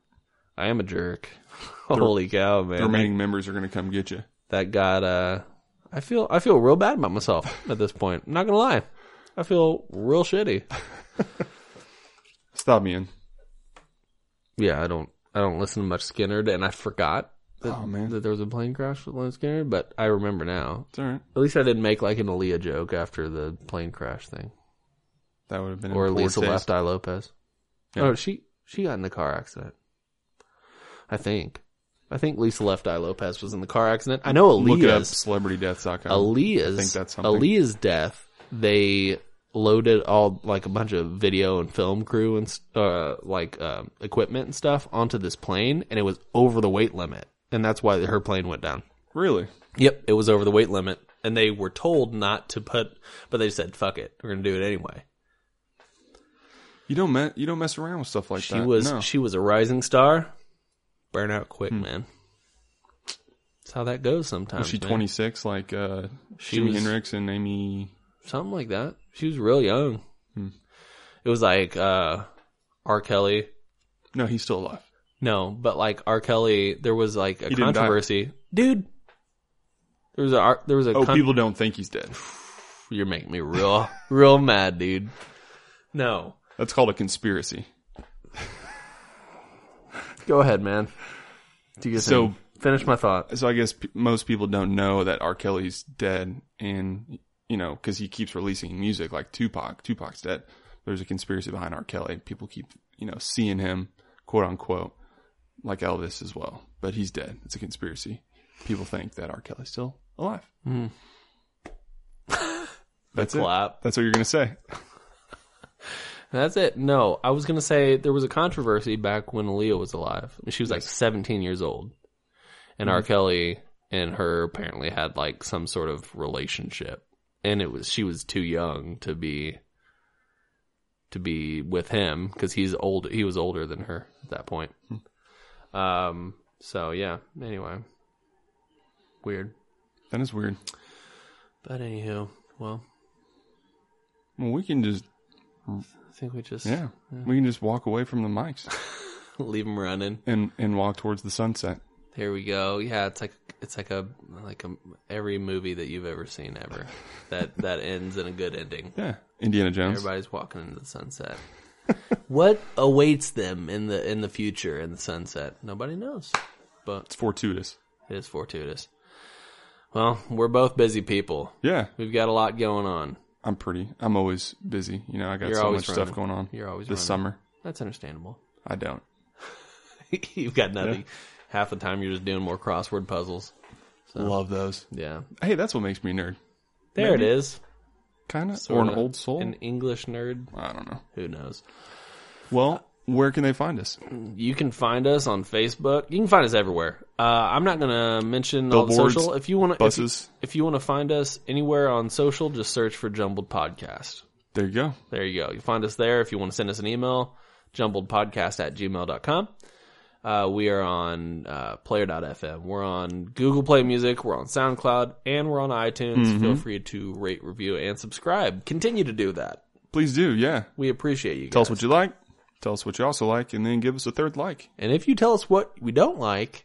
[SPEAKER 1] I am a jerk. *laughs* Holy cow, man!
[SPEAKER 2] The remaining members are gonna come get you.
[SPEAKER 1] that got uh I feel I feel real bad about myself at this point. I'm not gonna lie. I feel real shitty.
[SPEAKER 2] Stop me in.
[SPEAKER 1] Yeah, I don't I don't listen to much Skinner and I forgot that,
[SPEAKER 2] Oh, man.
[SPEAKER 1] that there was a plane crash with Leonard Skinner, but I remember now.
[SPEAKER 2] It's all right.
[SPEAKER 1] At least I didn't make like an Aaliyah joke after the plane crash thing.
[SPEAKER 2] That would have been
[SPEAKER 1] Or
[SPEAKER 2] in poor
[SPEAKER 1] Lisa
[SPEAKER 2] taste.
[SPEAKER 1] Left Eye Lopez.
[SPEAKER 2] Yeah.
[SPEAKER 1] Oh, she she got in a car accident. I think. I think Lisa Left Eye Lopez was in the car accident. I know
[SPEAKER 2] Look it up,
[SPEAKER 1] Aaliyah's
[SPEAKER 2] celebritydeaths.com.
[SPEAKER 1] Aaliyah's
[SPEAKER 2] I think that's something.
[SPEAKER 1] Aaliyah's death. They loaded all like a bunch of video and film crew and s- uh, like um, equipment and stuff onto this plane, and it was over the weight limit, and that's why her plane went down.
[SPEAKER 2] Really?
[SPEAKER 1] Yep, it was over the weight limit, and they were told not to put, but they said, "Fuck it, we're gonna do it anyway."
[SPEAKER 2] You don't me- you don't mess around with stuff like
[SPEAKER 1] She
[SPEAKER 2] that.
[SPEAKER 1] was
[SPEAKER 2] No. Hmm.
[SPEAKER 1] she was a rising star, burn out quick, man. That's how that goes sometimes.
[SPEAKER 2] Was she
[SPEAKER 1] man.
[SPEAKER 2] 26 like uh
[SPEAKER 1] She
[SPEAKER 2] Jimi
[SPEAKER 1] was-
[SPEAKER 2] Hendrix and Amy
[SPEAKER 1] something like that. She was real young.
[SPEAKER 2] Hmm.
[SPEAKER 1] It was like uh, R. Kelly.
[SPEAKER 2] No, he's still alive.
[SPEAKER 1] No, but like R. Kelly, there was like a
[SPEAKER 2] He didn't die.
[SPEAKER 1] controversy, dude. There was a R- there was a
[SPEAKER 2] Oh,
[SPEAKER 1] con-
[SPEAKER 2] people don't think he's dead.
[SPEAKER 1] You're making me real *laughs* real mad, dude. No,
[SPEAKER 2] That's called a conspiracy.
[SPEAKER 1] go ahead, man. Do you
[SPEAKER 2] So-
[SPEAKER 1] so finish my thought?
[SPEAKER 2] So I guess p- most people don't know that R. Kelly's dead and you know cuz he keeps releasing music like Tupac. Tupac's dead. There's a conspiracy behind R. Kelly. People keep, you know, seeing him quote unquote like Elvis as well, but he's dead. It's a conspiracy. People think that R. Kelly's still alive. Mm-hmm. *laughs* That's it.
[SPEAKER 1] Clap.
[SPEAKER 2] That's what you're going to say.
[SPEAKER 1] That's it. No, I was gonna say there was a controversy back when Aaliyah was alive. She was like 17 years old, and R. Kelly and her apparently had like some sort of relationship, and it was she was too young to be to be with him because he's old. He was older than her at that point. Um. So yeah. Anyway, weird.
[SPEAKER 2] That is weird.
[SPEAKER 1] But anywho, well,
[SPEAKER 2] Well, we can just
[SPEAKER 1] I think we just
[SPEAKER 2] yeah, we can just walk away from the mics
[SPEAKER 1] *laughs* leave him running.
[SPEAKER 2] and and walk towards the sunset.
[SPEAKER 1] Here we go. Yeah, it's like it's like a like a every movie that you've ever seen
[SPEAKER 2] *laughs*
[SPEAKER 1] ever that that ends in a good ending.
[SPEAKER 2] Yeah, Indiana Jones.
[SPEAKER 1] Everybody's walking into the
[SPEAKER 2] *laughs*
[SPEAKER 1] sunset. what awaits them in the in the future in the sunset? Nobody knows, but
[SPEAKER 2] It's fortuitous.
[SPEAKER 1] it is fortuitous. Well, we're both busy people.
[SPEAKER 2] Yeah,
[SPEAKER 1] We've got a lot going on.
[SPEAKER 2] I'm pretty. I'm always busy. You know, I got
[SPEAKER 1] You're
[SPEAKER 2] so
[SPEAKER 1] always
[SPEAKER 2] much stuff
[SPEAKER 1] running.
[SPEAKER 2] going on.
[SPEAKER 1] You're always
[SPEAKER 2] this
[SPEAKER 1] running.
[SPEAKER 2] summer.
[SPEAKER 1] That's understandable. *laughs*
[SPEAKER 2] I don't.
[SPEAKER 1] you've got nothing. Half the time you're just doing more crossword puzzles.
[SPEAKER 2] Love those.
[SPEAKER 1] Yeah.
[SPEAKER 2] Hey, that's what makes me a nerd.
[SPEAKER 1] There it is.
[SPEAKER 2] kind of, or
[SPEAKER 1] Sorta.
[SPEAKER 2] an old soul.
[SPEAKER 1] An English nerd?
[SPEAKER 2] I don't know.
[SPEAKER 1] Who knows?
[SPEAKER 2] Well, where can they find us?
[SPEAKER 1] You can find us on Facebook. You can find us everywhere. Uh, I'm not gonna mention all the
[SPEAKER 2] Billboards,
[SPEAKER 1] social. If you want to,
[SPEAKER 2] Buses.
[SPEAKER 1] if you want to find us anywhere on social, just search for Jumbled Podcast.
[SPEAKER 2] There you go.
[SPEAKER 1] There you go. You find us there. If you want to send us an email, jumbledpodcast at gmail.com. Uh, we are on uh, player.fm. We're on Google Play Music. We're on SoundCloud. And we're on iTunes.
[SPEAKER 2] Mm-hmm.
[SPEAKER 1] Feel free to rate, review, and subscribe. Continue to do that.
[SPEAKER 2] Please do. Yeah.
[SPEAKER 1] We appreciate you guys.
[SPEAKER 2] Tell us what you like. Tell us what you also like, and then give us a third like.
[SPEAKER 1] and if you tell us what we don't like,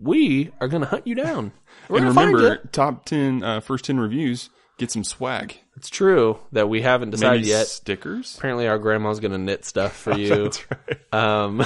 [SPEAKER 1] we are going to hunt you *laughs* down. We're going
[SPEAKER 2] and
[SPEAKER 1] to find
[SPEAKER 2] remember,
[SPEAKER 1] you.
[SPEAKER 2] top 10, uh, first 10 reviews, get some swag.
[SPEAKER 1] It's true that we haven't decided
[SPEAKER 2] Maybe
[SPEAKER 1] yet.
[SPEAKER 2] stickers.
[SPEAKER 1] apparently our grandma's gonna knit stuff *laughs* for you. Um,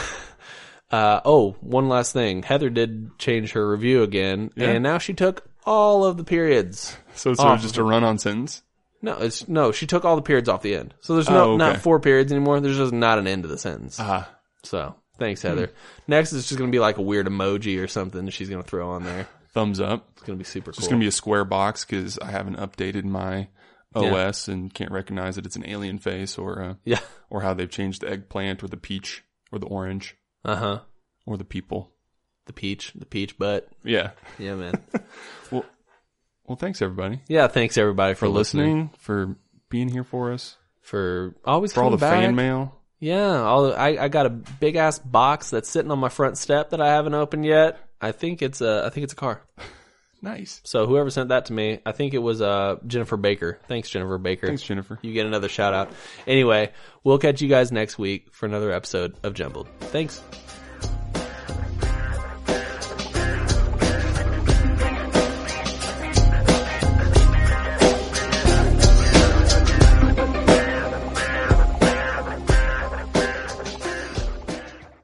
[SPEAKER 1] *laughs* uh, oh, one last thing. Heather did change her review again, and now she took all of the periods.
[SPEAKER 2] So it's
[SPEAKER 1] Oh.
[SPEAKER 2] sort of just a run on sentence.
[SPEAKER 1] No, it's no. She took all the periods off the end, so there's no
[SPEAKER 2] Oh, okay.
[SPEAKER 1] not four periods anymore. There's just not an end to the sentence.
[SPEAKER 2] Ah,
[SPEAKER 1] So thanks, Heather. Next is just gonna be like a weird emoji or something that she's gonna throw on there.
[SPEAKER 2] thumbs up.
[SPEAKER 1] It's gonna be super cool.
[SPEAKER 2] It's going to be a square box because I haven't updated my OS and can't recognize that it's an alien face or uh,
[SPEAKER 1] yeah.
[SPEAKER 2] or how they've changed the eggplant or the peach or the orange
[SPEAKER 1] Uh huh.
[SPEAKER 2] or the people.
[SPEAKER 1] The peach, the peach butt.
[SPEAKER 2] Yeah.
[SPEAKER 1] Yeah,
[SPEAKER 2] *laughs*
[SPEAKER 1] man.
[SPEAKER 2] Well, thanks everybody
[SPEAKER 1] yeah. Thanks everybody for,
[SPEAKER 2] for
[SPEAKER 1] listening.
[SPEAKER 2] listening, for being here for us,
[SPEAKER 1] For always
[SPEAKER 2] for all the
[SPEAKER 1] coming back.
[SPEAKER 2] fan mail.
[SPEAKER 1] Yeah, all I, I got a big ass box that's sitting on my front step that I haven't opened yet. I think it's a I think it's a car.
[SPEAKER 2] Nice.
[SPEAKER 1] So whoever sent that to me, I think it was uh, Jennifer Baker. Thanks, Jennifer Baker.
[SPEAKER 2] Thanks, Jennifer.
[SPEAKER 1] You get another shout out. Anyway, we'll catch you guys next week for another episode of Jumbled. Thanks.